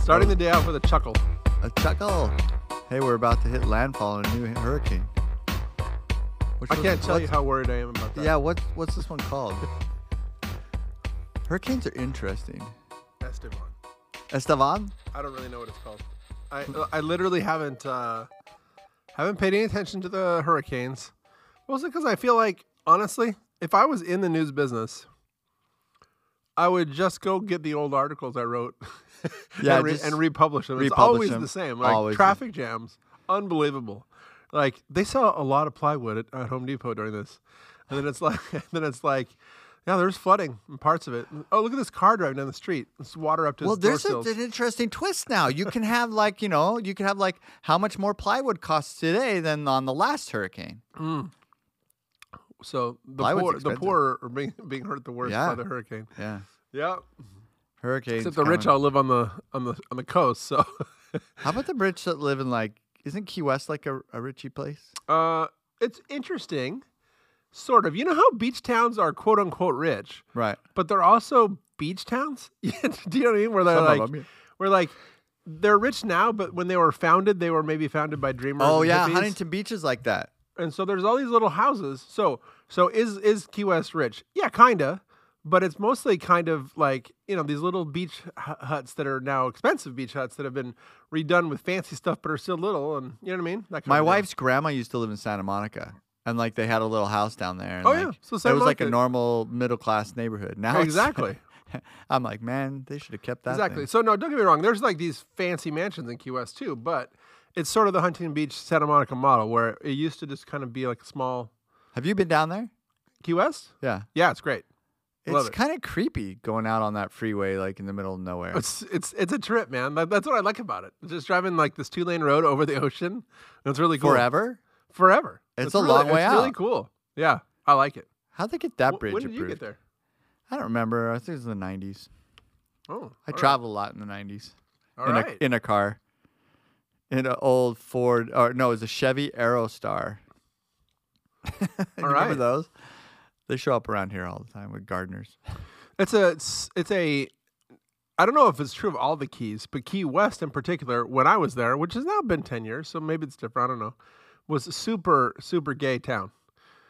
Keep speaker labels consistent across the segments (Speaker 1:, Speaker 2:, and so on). Speaker 1: Starting the day off with a chuckle.
Speaker 2: A chuckle. Hey, we're about to hit landfall in a new hurricane. Which
Speaker 1: I
Speaker 2: was-
Speaker 1: can't tell you
Speaker 2: what's-
Speaker 1: how worried I am about that.
Speaker 2: Yeah, what's what's this one called? Hurricanes are interesting.
Speaker 1: Esteban.
Speaker 2: Esteban?
Speaker 1: I don't really know what it's called. I I literally haven't uh, haven't paid any attention to the hurricanes, mostly because I feel like honestly, if I was in the news business, I would just go get the old articles I wrote,
Speaker 2: Yeah,
Speaker 1: and, re-
Speaker 2: just
Speaker 1: and republish them. it's
Speaker 2: republish
Speaker 1: always
Speaker 2: them.
Speaker 1: the same. Like
Speaker 2: Always.
Speaker 1: traffic jams, unbelievable. Like they sell a lot of plywood at, at Home Depot during this, and then it's like, and then it's like. Yeah, there's flooding in parts of it. Oh, look at this car driving down the street. It's water up to
Speaker 2: Well,
Speaker 1: its door
Speaker 2: there's a,
Speaker 1: sills.
Speaker 2: an interesting twist now. You can have like, you know, you can have like how much more plywood costs today than on the last hurricane.
Speaker 1: So the
Speaker 2: Plywood's
Speaker 1: poor, the
Speaker 2: expensive.
Speaker 1: poor are being being hurt the worst by
Speaker 2: Yeah.
Speaker 1: the hurricane.
Speaker 2: Yeah.
Speaker 1: Yeah,
Speaker 2: Hurricanes.
Speaker 1: except the rich
Speaker 2: coming.
Speaker 1: all live on the on the on the coast. So,
Speaker 2: How about the rich that live in like isn't Key West like a, a richie place?
Speaker 1: uh, it's interesting, sort of. You know how beach towns are quote unquote rich,
Speaker 2: Right.
Speaker 1: but they're also beach towns. Do you know what I mean? Where they're
Speaker 2: Some of
Speaker 1: like,
Speaker 2: them, yeah.
Speaker 1: where like they're rich now, but when they were founded, they were maybe founded by dreamers.
Speaker 2: Oh
Speaker 1: and
Speaker 2: yeah,
Speaker 1: hippies.
Speaker 2: Huntington Beach is like that.
Speaker 1: and so there's all these little houses. So so is is Key West rich? Yeah, kinda, but it's mostly kind of like you know these little beach hu- huts that are now expensive beach huts that have been redone with fancy stuff, but are still little, and you know what I mean. That kind
Speaker 2: My
Speaker 1: of
Speaker 2: wife's grandma used to live in Santa Monica, and like they had a little house down there. And,
Speaker 1: Oh,
Speaker 2: like,
Speaker 1: yeah. So
Speaker 2: it
Speaker 1: Santa
Speaker 2: was like a
Speaker 1: Monica-
Speaker 2: normal middle class neighborhood. Now
Speaker 1: thing.
Speaker 2: it's-
Speaker 1: exactly
Speaker 2: I'm like, man, they should have kept that.
Speaker 1: exactly.
Speaker 2: thing."
Speaker 1: So no, don't get me wrong. There's like these fancy mansions in Key West too, but it's sort of the Huntington Beach Santa Monica model where it used to just kind of be like a small
Speaker 2: Have you been down there?
Speaker 1: Key West.
Speaker 2: Yeah,
Speaker 1: Yeah, it's great. Love
Speaker 2: it's
Speaker 1: it.
Speaker 2: kind of creepy going out on that freeway like in the middle of nowhere.
Speaker 1: It's it's it's a trip, man. That, that's what I like about it. Just driving like this two lane road over the ocean. That's really cool.
Speaker 2: Forever?
Speaker 1: Forever.
Speaker 2: It's a
Speaker 1: really,
Speaker 2: long way
Speaker 1: it's Really
Speaker 2: out.
Speaker 1: cool. Yeah, I like it.
Speaker 2: How'd they get that
Speaker 1: Wh-
Speaker 2: bridge
Speaker 1: when did
Speaker 2: approved?
Speaker 1: you get there?
Speaker 2: I don't remember. I think it was in the 90s.
Speaker 1: Oh,
Speaker 2: I traveled a lot in the 90s
Speaker 1: All
Speaker 2: in
Speaker 1: right.
Speaker 2: a in a car, in an old Ford or no, it was a Chevy Aerostar. You Remember
Speaker 1: right.
Speaker 2: those? They show up around here all the time with gardeners.
Speaker 1: It's a it's, it's a. I don't know if it's true of all the keys, but Key West in particular, when I was there, which has now been ten years, so maybe it's different. I don't know. Was a super super gay town.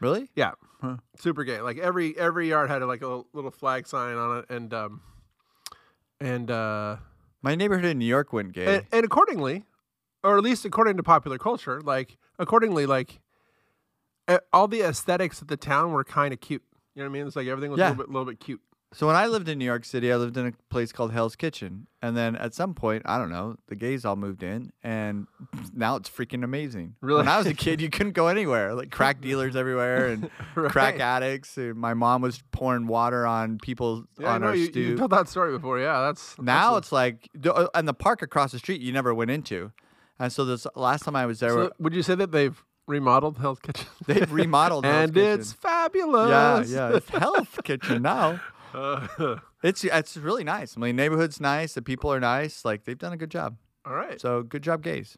Speaker 2: Really?
Speaker 1: Yeah,
Speaker 2: Huh.
Speaker 1: super gay. Like every every yard had like a little flag sign on it, and um, and uh.
Speaker 2: My neighborhood in New York went gay.
Speaker 1: and, and accordingly, or at least according to popular culture, like accordingly, like a- all the aesthetics of the town were kind of cute. You know what I mean? It's like everything was a
Speaker 2: Yeah.
Speaker 1: little bit, little bit cute.
Speaker 2: so when I lived in New York City, I lived in a place called Hell's Kitchen, and then at some point, I don't know, the gays all moved in, and now it's freaking amazing.
Speaker 1: Really?
Speaker 2: When I was a kid, you couldn't go anywhere. Like crack dealers everywhere and
Speaker 1: Right.
Speaker 2: crack addicts. And my mom was pouring water on people
Speaker 1: Yeah, I
Speaker 2: on
Speaker 1: know
Speaker 2: our
Speaker 1: you,
Speaker 2: stoop.
Speaker 1: you told that story before. Yeah, that's
Speaker 2: now
Speaker 1: that's
Speaker 2: it's like, the- uh, and the park across the street you never went into, and so this last time I was there,
Speaker 1: a- so would you say that they've remodeled Hell's Kitchen?
Speaker 2: they've remodeled Hell's
Speaker 1: and it's
Speaker 2: Kitchen. yeah,
Speaker 1: fabulous.
Speaker 2: yeah, it's Hell's Kitchen now.
Speaker 1: Uh,
Speaker 2: It's it's really nice. I mean, neighborhood's nice. The people are nice. Like they've done a good job.
Speaker 1: all right.
Speaker 2: So good job, gays.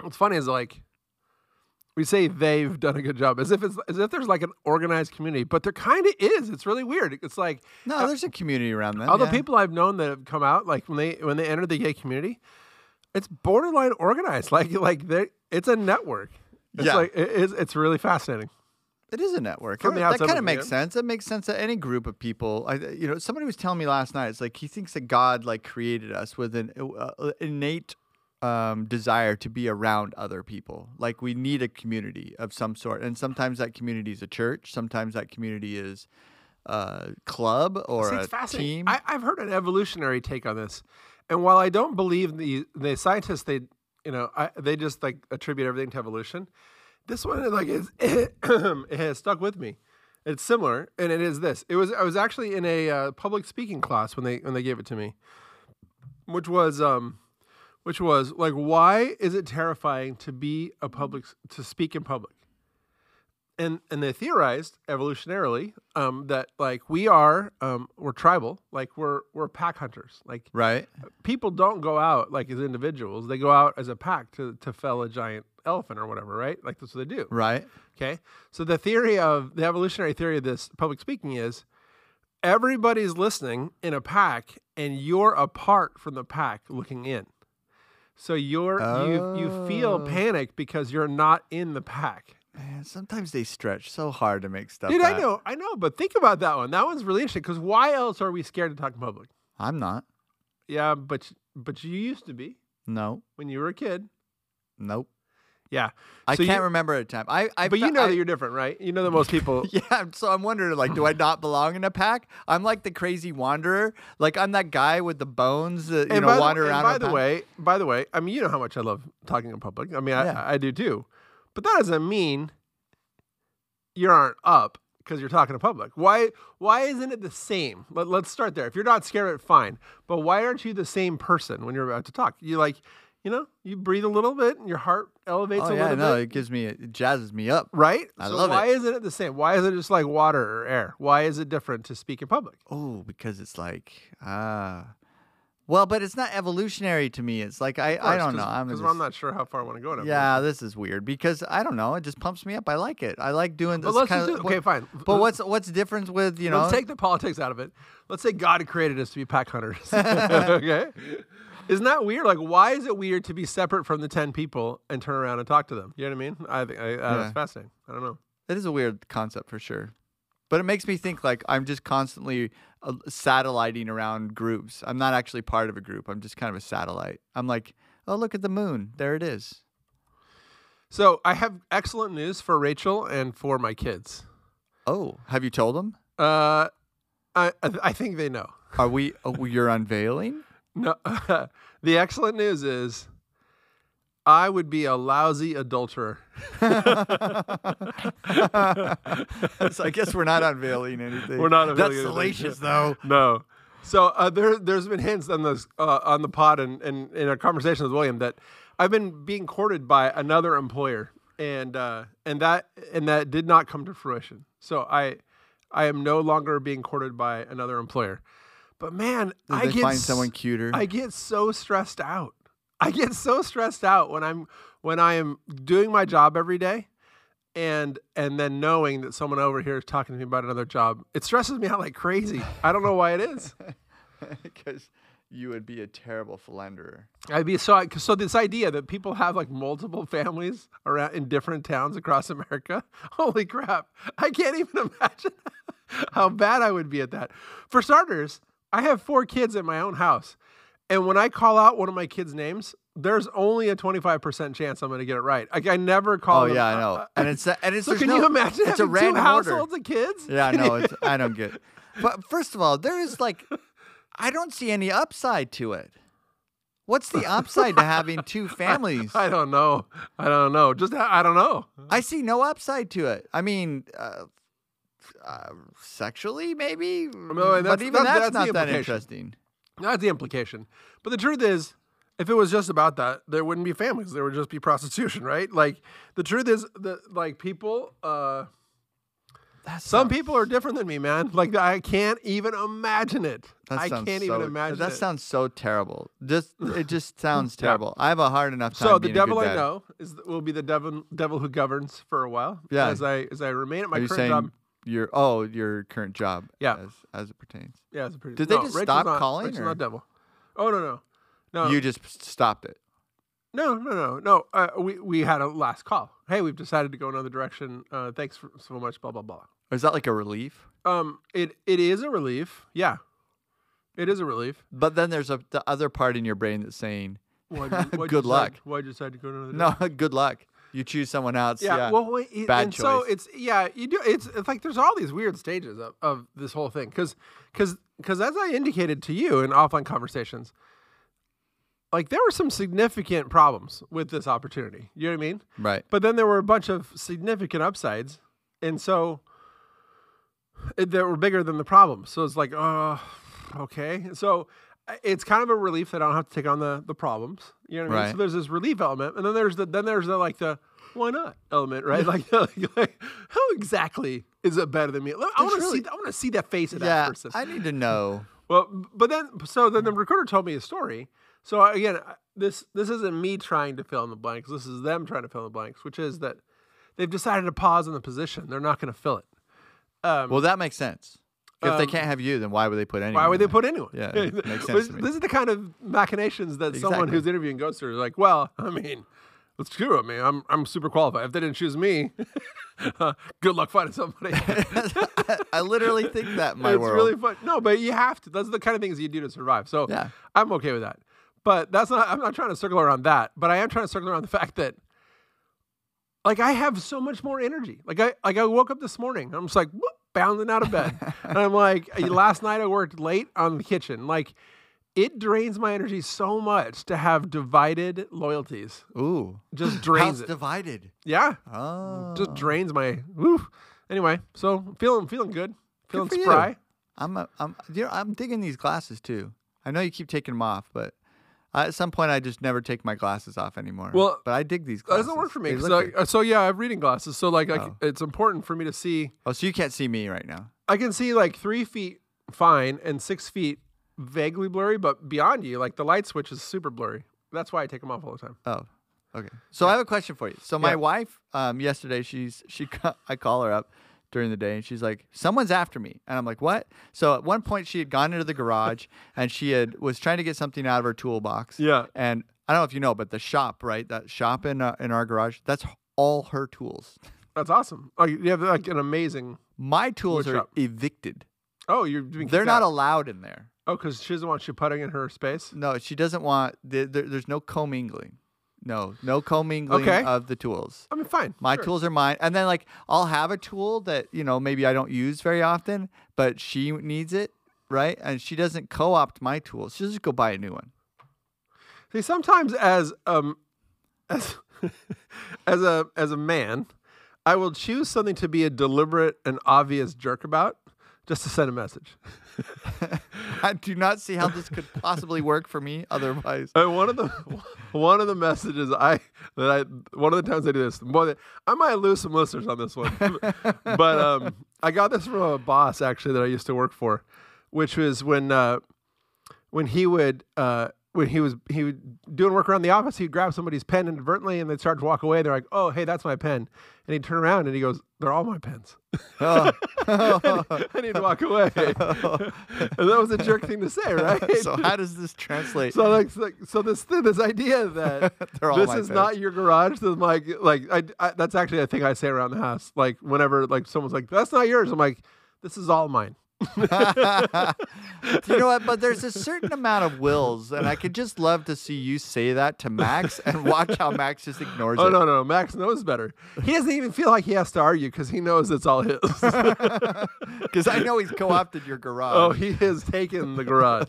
Speaker 1: What's funny is like we say they've done a good job, as if it's as if there's like an organized community, but there kind of is. It's really weird. It's like
Speaker 2: No, there's a community around them.
Speaker 1: All Uh, the
Speaker 2: yeah.
Speaker 1: people I've known that have come out, like when they when they enter the gay community, it's borderline organized. Like like they it's a network. It's
Speaker 2: Yeah.
Speaker 1: like it is it's really fascinating.
Speaker 2: It is a network.
Speaker 1: From the
Speaker 2: that
Speaker 1: outside
Speaker 2: kind
Speaker 1: looking
Speaker 2: of makes
Speaker 1: in.
Speaker 2: sense. It makes sense that any group of people. I, you know, somebody was telling me last night. It's like he thinks that God like created us with an uh, innate um, desire to be around other people. Like we need a community of some sort, and sometimes that community is a church. Sometimes that community is a club or
Speaker 1: See,
Speaker 2: a
Speaker 1: it's fascinating.
Speaker 2: team.
Speaker 1: I, I've heard an evolutionary take on this, and while I don't believe the the scientists, they you know I, they just like attribute everything to evolution. This one is like is it has stuck with me. It's similar, and it is this. It was I was actually in a uh, public speaking class when they when they gave it to me, which was um, which was like why is it terrifying to be a public to speak in public? and and they theorized evolutionarily um, that like we are um, we're tribal, like we're we're pack hunters. Like
Speaker 2: right.
Speaker 1: people don't go out like as individuals; they go out as a pack to to fell a giant elephant or whatever, right? Like that's what they do.
Speaker 2: Right.
Speaker 1: Okay, so the theory of the evolutionary theory of this public speaking is everybody's listening in a pack and you're apart from the pack looking in. So you're you you feel
Speaker 2: Oh.
Speaker 1: panic because you're not in the pack.
Speaker 2: Man, sometimes they stretch so hard to make stuff.
Speaker 1: Dude, I
Speaker 2: that-
Speaker 1: know, I know, but think about that one. That one's really interesting because why else are we scared to talk in public?
Speaker 2: I'm not.
Speaker 1: Yeah, but but you used to be
Speaker 2: No.
Speaker 1: when you were a kid.
Speaker 2: Nope.
Speaker 1: Yeah,
Speaker 2: I
Speaker 1: So you-
Speaker 2: can't remember a time. I, I
Speaker 1: but you
Speaker 2: fe-
Speaker 1: know
Speaker 2: I-
Speaker 1: that you're different, right? You know that most people.
Speaker 2: Yeah, I'm- so I'm wondering, like, do I not belong in a pack? I'm like the crazy wanderer. Like, I'm that guy with the bones that you
Speaker 1: and by
Speaker 2: know
Speaker 1: the,
Speaker 2: wander
Speaker 1: and
Speaker 2: around.
Speaker 1: by
Speaker 2: with
Speaker 1: the
Speaker 2: pa-
Speaker 1: way, by the way, I mean you know how much I love talking in public. I mean, I,
Speaker 2: Yeah.
Speaker 1: I do too, but that doesn't mean you aren't up because you're talking in public. Why? Why isn't it the same? Let, let's start there. If you're not scared of it, fine. But why aren't you the same person when you're about to talk? You like, you know, you breathe a little bit, and your heart elevates
Speaker 2: oh
Speaker 1: a
Speaker 2: yeah,
Speaker 1: little
Speaker 2: no,
Speaker 1: bit.
Speaker 2: it gives me, it jazzes me up.
Speaker 1: Right?
Speaker 2: I
Speaker 1: so
Speaker 2: love it.
Speaker 1: why isn't it the same? Why is it just like water or air? Why is it different to speak in public?
Speaker 2: Oh, because it's like ah, well, but it's not evolutionary to me. It's like I, I don't know. I'm
Speaker 1: because
Speaker 2: just,
Speaker 1: I'm not sure how far I want to go. in it, but-
Speaker 2: Yeah, this is weird because I don't know. It just pumps me up. I like it. I like doing this.
Speaker 1: but let's
Speaker 2: kind
Speaker 1: just do.
Speaker 2: of,
Speaker 1: Okay, fine.
Speaker 2: But what's what's different with you know?
Speaker 1: Let's take the politics out of it. Let's say God created us to be pack hunters. okay. Isn't that weird? Like, why is it weird to be separate from the 10 people and turn around and talk to them? You know what I mean? I think I, I-
Speaker 2: Yeah.
Speaker 1: that's fascinating. I don't know.
Speaker 2: That is a weird concept for sure. But it makes me think like I'm just constantly uh, satelliting around groups. I'm not actually part of a group. I'm just kind of a satellite. I'm like, oh, look at the moon. There it is.
Speaker 1: So, I have excellent news for Rachel and for my kids.
Speaker 2: Oh, have you told them?
Speaker 1: Uh, I, I I think they know.
Speaker 2: Are we, oh, you're unveiling?
Speaker 1: No, the excellent news is I would be a lousy adulterer.
Speaker 2: so I guess we're not unveiling anything.
Speaker 1: We're not
Speaker 2: That's
Speaker 1: unveiling anything.
Speaker 2: salacious, though.
Speaker 1: no. So uh, there, there's been hints on this uh, on the pod and, and in our conversation with William that I've been being courted by another employer, and uh, and that and that did not come to fruition. So I I am no longer being courted by another employer. But man,
Speaker 2: Did
Speaker 1: I
Speaker 2: they
Speaker 1: get
Speaker 2: find
Speaker 1: s-
Speaker 2: someone cuter?
Speaker 1: I get so stressed out. I get so stressed out when I'm when I am doing my job every day and and then knowing that someone over here is talking to me about another job. It stresses me out like crazy. I don't know why it is.
Speaker 2: Because you would be a terrible philanderer.
Speaker 1: I'd be so so this idea that people have like multiple families around in different towns across America. Holy crap. I can't even imagine how bad I would be at that. For starters, I have four kids at my own house. And when I call out one of my kids' names, there's only a 25% chance I'm going to get it right. Like I never call
Speaker 2: Oh
Speaker 1: them- Uh,
Speaker 2: yeah, I know. And it's and it's
Speaker 1: So
Speaker 2: there's
Speaker 1: can
Speaker 2: no-
Speaker 1: you imagine
Speaker 2: It's a
Speaker 1: having two
Speaker 2: random order.
Speaker 1: households of kids?
Speaker 2: Yeah, no, it's, I don't get. But first of all, there is like, I don't see any upside to it. What's the upside to having two families?
Speaker 1: I don't know. I don't know. Just I don't know.
Speaker 2: I see no upside to it. I mean, uh, uh, sexually maybe,
Speaker 1: wait,
Speaker 2: but
Speaker 1: that's- that's-
Speaker 2: even that's,
Speaker 1: that's the
Speaker 2: not that
Speaker 1: implication.
Speaker 2: interesting.
Speaker 1: That's the implication. But the truth is, if it was just about that, there wouldn't be families. There would just be prostitution, right? Like the truth is that like people, uh,
Speaker 2: That's
Speaker 1: some people are different than me, man. Like I can't even imagine it.
Speaker 2: That
Speaker 1: I
Speaker 2: sounds
Speaker 1: can't
Speaker 2: so- e-,
Speaker 1: even imagine
Speaker 2: That
Speaker 1: it.
Speaker 2: sounds so terrible. Just it just sounds terrible. I have a hard enough time.
Speaker 1: so the
Speaker 2: being a good
Speaker 1: devil I
Speaker 2: dad.
Speaker 1: know is will be the devil devil who governs for a while.
Speaker 2: Yeah.
Speaker 1: As I as I remain at my
Speaker 2: Are you
Speaker 1: current
Speaker 2: saying
Speaker 1: job.
Speaker 2: your oh your current job?
Speaker 1: Yeah.
Speaker 2: as, as it pertains.
Speaker 1: Yeah, it's pretty.
Speaker 2: Did they
Speaker 1: no,
Speaker 2: just
Speaker 1: Rachel's
Speaker 2: stop
Speaker 1: not,
Speaker 2: calling,
Speaker 1: Rachel's
Speaker 2: or-
Speaker 1: not devil. Oh no no, no.
Speaker 2: You just stopped it.
Speaker 1: No, no, no, no. Uh, we we had a last call. Hey, we've decided to go another direction. Uh, thanks for so much. Blah blah blah.
Speaker 2: Or is that like a relief?
Speaker 1: Um, it it is a relief. Yeah, it is a relief.
Speaker 2: But then there's a the other part in your brain that's saying,
Speaker 1: Why'd you- why'd you
Speaker 2: Good
Speaker 1: decide-
Speaker 2: luck.
Speaker 1: Why'd you decide to go to another?
Speaker 2: "No, good luck. You choose someone else."
Speaker 1: Yeah,
Speaker 2: Yeah.
Speaker 1: well, wait, it,
Speaker 2: Bad
Speaker 1: and so
Speaker 2: choice.
Speaker 1: it's yeah, you do. It's, it's like there's all these weird stages of, of this whole thing because because because as I indicated to you in offline conversations, like there were some significant problems with this opportunity. You know what I mean?
Speaker 2: right.
Speaker 1: But then there were a bunch of significant upsides, and so it, that were bigger than the problem. So it's like, oh, okay. So I- it's kind of a relief that I don't have to take on the the problems. You know what I mean? So
Speaker 2: Right.
Speaker 1: there's this relief element, and then there's the then there's the like the why not element, right? like, like, like, how exactly is it better than me? Look, I
Speaker 2: There's
Speaker 1: want to
Speaker 2: really-
Speaker 1: see I want to see the face of
Speaker 2: Yeah.
Speaker 1: that person.
Speaker 2: I need to know.
Speaker 1: Well, b- but then so then the recruiter told me a story. So again, I- this this isn't me trying to fill in the blanks. This is them trying to fill in the blanks, which is that they've decided to pause on the position. They're not going to fill it.
Speaker 2: well, that makes sense. If they
Speaker 1: Um,
Speaker 2: can't have you, then why would they put anyone?
Speaker 1: Why would they
Speaker 2: in there?
Speaker 1: put anyone?
Speaker 2: Yeah, it makes sense
Speaker 1: Which-
Speaker 2: to me.
Speaker 1: This is the kind of machinations that someone
Speaker 2: Exactly.
Speaker 1: who's interviewing goes through. Like, well, I mean, let's screw it, man. I'm I'm super qualified. If they didn't choose me, good luck finding somebody.
Speaker 2: I literally think that in my
Speaker 1: it's
Speaker 2: world.
Speaker 1: really fun. No, but you have to. That's the kind of things you do to survive. So
Speaker 2: Yeah.
Speaker 1: I'm okay with that. But that's not. I'm not trying to circle around that. But I am trying to circle around the fact that, like, I have so much more energy. Like I like I woke up this morning. I'm just like whoop, bounding out of bed, and I'm like, last night I worked late on the kitchen. Like, it drains my energy so much to have divided loyalties.
Speaker 2: Ooh,
Speaker 1: Just
Speaker 2: house
Speaker 1: drains it.
Speaker 2: divided.
Speaker 1: yeah,
Speaker 2: Oh,
Speaker 1: just drains my. Woo. Anyway, so feeling feeling good, feeling
Speaker 2: for you.
Speaker 1: spry.
Speaker 2: I'm a, I'm you know, I'm digging these glasses too. I know you keep taking them off, but I, at some point I just never take my glasses off anymore.
Speaker 1: Well,
Speaker 2: but I dig these
Speaker 1: That
Speaker 2: glasses.
Speaker 1: doesn't work for me.
Speaker 2: They
Speaker 1: 'cause,
Speaker 2: look
Speaker 1: uh,
Speaker 2: good.
Speaker 1: uh, so yeah, I have reading glasses. So like, I c
Speaker 2: Oh.
Speaker 1: it's important for me to see.
Speaker 2: oh, so you can't see me right now.
Speaker 1: I can see like three feet fine and six feet vaguely blurry, but beyond you, like the light switch is super blurry. That's why I take them off all the time.
Speaker 2: Oh, okay. So I have a question for you. So my
Speaker 1: Yeah.
Speaker 2: wife, um, yesterday she's she ca- I call her up during the day and she's like, "Someone's after me," and I'm like, "What?" So at one point she had gone into the garage and she had was trying to get something out of her toolbox.
Speaker 1: Yeah.
Speaker 2: And I don't know if you know, but the shop, right? That shop in uh, in our garage, that's all her tools.
Speaker 1: That's awesome. Like you have like an amazing.
Speaker 2: My tools
Speaker 1: Which
Speaker 2: are
Speaker 1: shop?
Speaker 2: evicted.
Speaker 1: Oh, you're being.
Speaker 2: They're
Speaker 1: kicked
Speaker 2: not
Speaker 1: out.
Speaker 2: allowed in there.
Speaker 1: Oh, because she doesn't want you putting in her space.
Speaker 2: No, she doesn't want. There, there, there's no commingling. No, no commingling
Speaker 1: Okay.
Speaker 2: of the tools.
Speaker 1: I mean, fine.
Speaker 2: My
Speaker 1: sure.
Speaker 2: tools are mine. And then like I'll have a tool that, you know, maybe I don't use very often, but she needs it, right? And she doesn't co-opt my tools. She'll just go buy a new one.
Speaker 1: See, sometimes as um as as a as a man, I will choose something to be a deliberate and obvious jerk about just to send a message.
Speaker 2: I do not see how this could possibly work for me otherwise.
Speaker 1: Uh, one of the one of the messages I that I one of the times I do this more than I might lose some listeners on this one, but um, I got this from a boss actually that I used to work for, which was when uh, when he would uh, when he was he would doing work around the office, he'd grab somebody's pen inadvertently and they'd start to walk away. They're like, "Oh, hey, that's my pen," and he'd turn around and he goes, "They're all my pens."
Speaker 2: Oh,
Speaker 1: I need to walk away, and that was a jerk thing to say, right?
Speaker 2: so how does this translate?
Speaker 1: So like, so- so this thing, this idea that
Speaker 2: They're all
Speaker 1: this
Speaker 2: my
Speaker 1: is not your garage. This is my like I, I- that's actually a thing I say around the house. Like whenever like someone's like that's not yours, I'm like this is all mine.
Speaker 2: you know what? But there's a certain amount of wills, and I could just love to see you say that to Max and watch how Max just ignores
Speaker 1: Oh
Speaker 2: it.
Speaker 1: no no, Max knows better. He doesn't even feel like he has to argue because he knows it's all his.
Speaker 2: Because I know he's co-opted your garage.
Speaker 1: oh, he has taken the garage.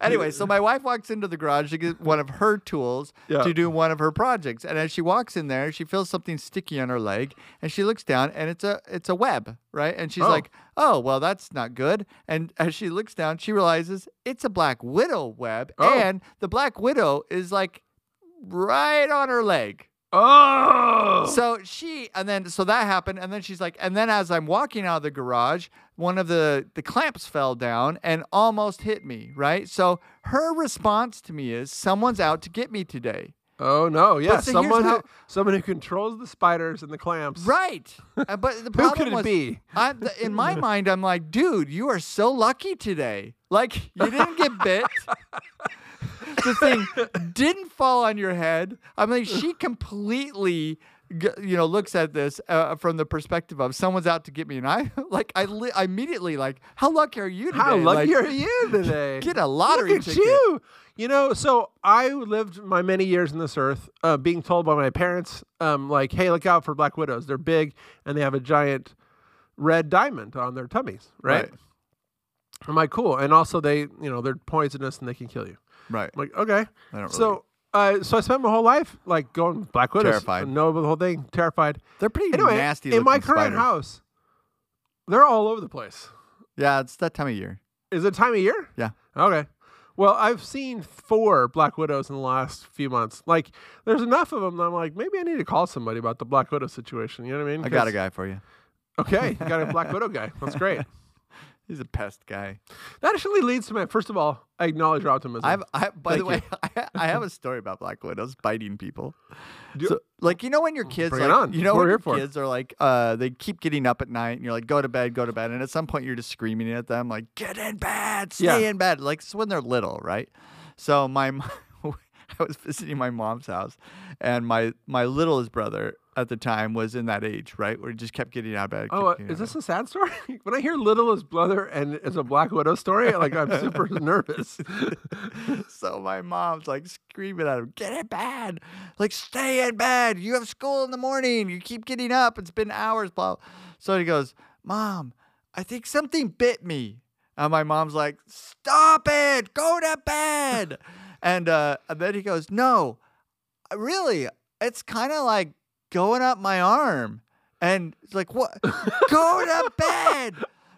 Speaker 2: Anyway, so my wife walks into the garage to get one of her tools
Speaker 1: Yeah.
Speaker 2: to do one of her projects, and as she walks in there, she feels something sticky on her leg, and she looks down, and it's a it's a web, right? And she's
Speaker 1: Oh.
Speaker 2: like, "Oh, well, that's not good." And as she looks down, she realizes it's a black widow web,
Speaker 1: Oh.
Speaker 2: and the black widow is like right on her leg.
Speaker 1: Oh,
Speaker 2: So she and then so that happened and then she's like and then as I'm walking out of the garage, one of the the clamps fell down and almost hit me, right? So her response to me is someone's out to get me today.
Speaker 1: oh no, yeah,
Speaker 2: so here's
Speaker 1: someone who,
Speaker 2: how-
Speaker 1: someone who controls the spiders and the clamps.
Speaker 2: Right. Uh, but the problem
Speaker 1: could it
Speaker 2: was,
Speaker 1: be?
Speaker 2: I, th- in my mind, I'm like, dude, you are so lucky today. Like, you didn't get bit. the thing didn't fall on your head. I mean, she completely, g- you know, looks at this uh, from the perspective of someone's out to get me, and I, like, I, li- I immediately, like, how lucky are you today?
Speaker 1: How lucky
Speaker 2: Like,
Speaker 1: are you today?
Speaker 2: Get a lottery
Speaker 1: Look at
Speaker 2: ticket.
Speaker 1: you. You know, so I lived my many years in this earth uh, being told by my parents, um, like, hey, look out for black widows. They're big and they have a giant red diamond on their tummies, right?
Speaker 2: Right.
Speaker 1: I'm like, cool. And also, they, you know, they're poisonous and they can kill you.
Speaker 2: Right.
Speaker 1: I'm like, okay.
Speaker 2: I don't really.
Speaker 1: So, uh, so I spent my whole life like going black widows,
Speaker 2: Terrified.
Speaker 1: know the whole thing, terrified.
Speaker 2: They're pretty
Speaker 1: Anyway,
Speaker 2: nasty.
Speaker 1: in my
Speaker 2: looking
Speaker 1: current
Speaker 2: spiders.
Speaker 1: house, they're all over the place.
Speaker 2: Yeah, it's that time of year.
Speaker 1: Is it time of year?
Speaker 2: Yeah.
Speaker 1: Okay. Well, I've seen four Black Widows in the last few months. Like, there's enough of them that I'm like, maybe I need to call somebody about the Black Widow situation. You know what I mean?
Speaker 2: I got a
Speaker 1: 'Cause-
Speaker 2: guy for you.
Speaker 1: Okay, you got a Black Widow guy. That's great.
Speaker 2: He's a pest guy.
Speaker 1: That actually leads to my first of all, I acknowledge your optimism.
Speaker 2: I've, I, by the way,
Speaker 1: Thank
Speaker 2: I, I have a story about black widows biting people.
Speaker 1: Do- Mm,
Speaker 2: so, like, you know, when your kids,
Speaker 1: Bring it
Speaker 2: like,
Speaker 1: on.
Speaker 2: you know,
Speaker 1: We're
Speaker 2: when your
Speaker 1: here for it.
Speaker 2: kids are like, uh, they keep getting up at night and you're like, go to bed, go to bed. And at some point, you're just screaming at them, like, get in bed, stay
Speaker 1: Yeah.
Speaker 2: in bed. Like, it's when they're little, right? So, my, m- I was visiting my mom's house and my, my littlest brother at the time was in that age, right? Where he just kept getting out of bed.
Speaker 1: Oh, uh,
Speaker 2: kept getting out
Speaker 1: is
Speaker 2: of bed.
Speaker 1: this a sad story? when I hear Little is Brother and it's a Black Widow story, like I'm super nervous.
Speaker 2: so my mom's like screaming at him, get in bed. Like, stay in bed. You have school in the morning. You keep getting up. It's been hours, blah. So he goes, Mom, I think something bit me. And my mom's like, Stop it. Go to bed. and, uh, and then he goes, No, uh, really, it's kind of like going up my arm. And it's like, What? go to bed.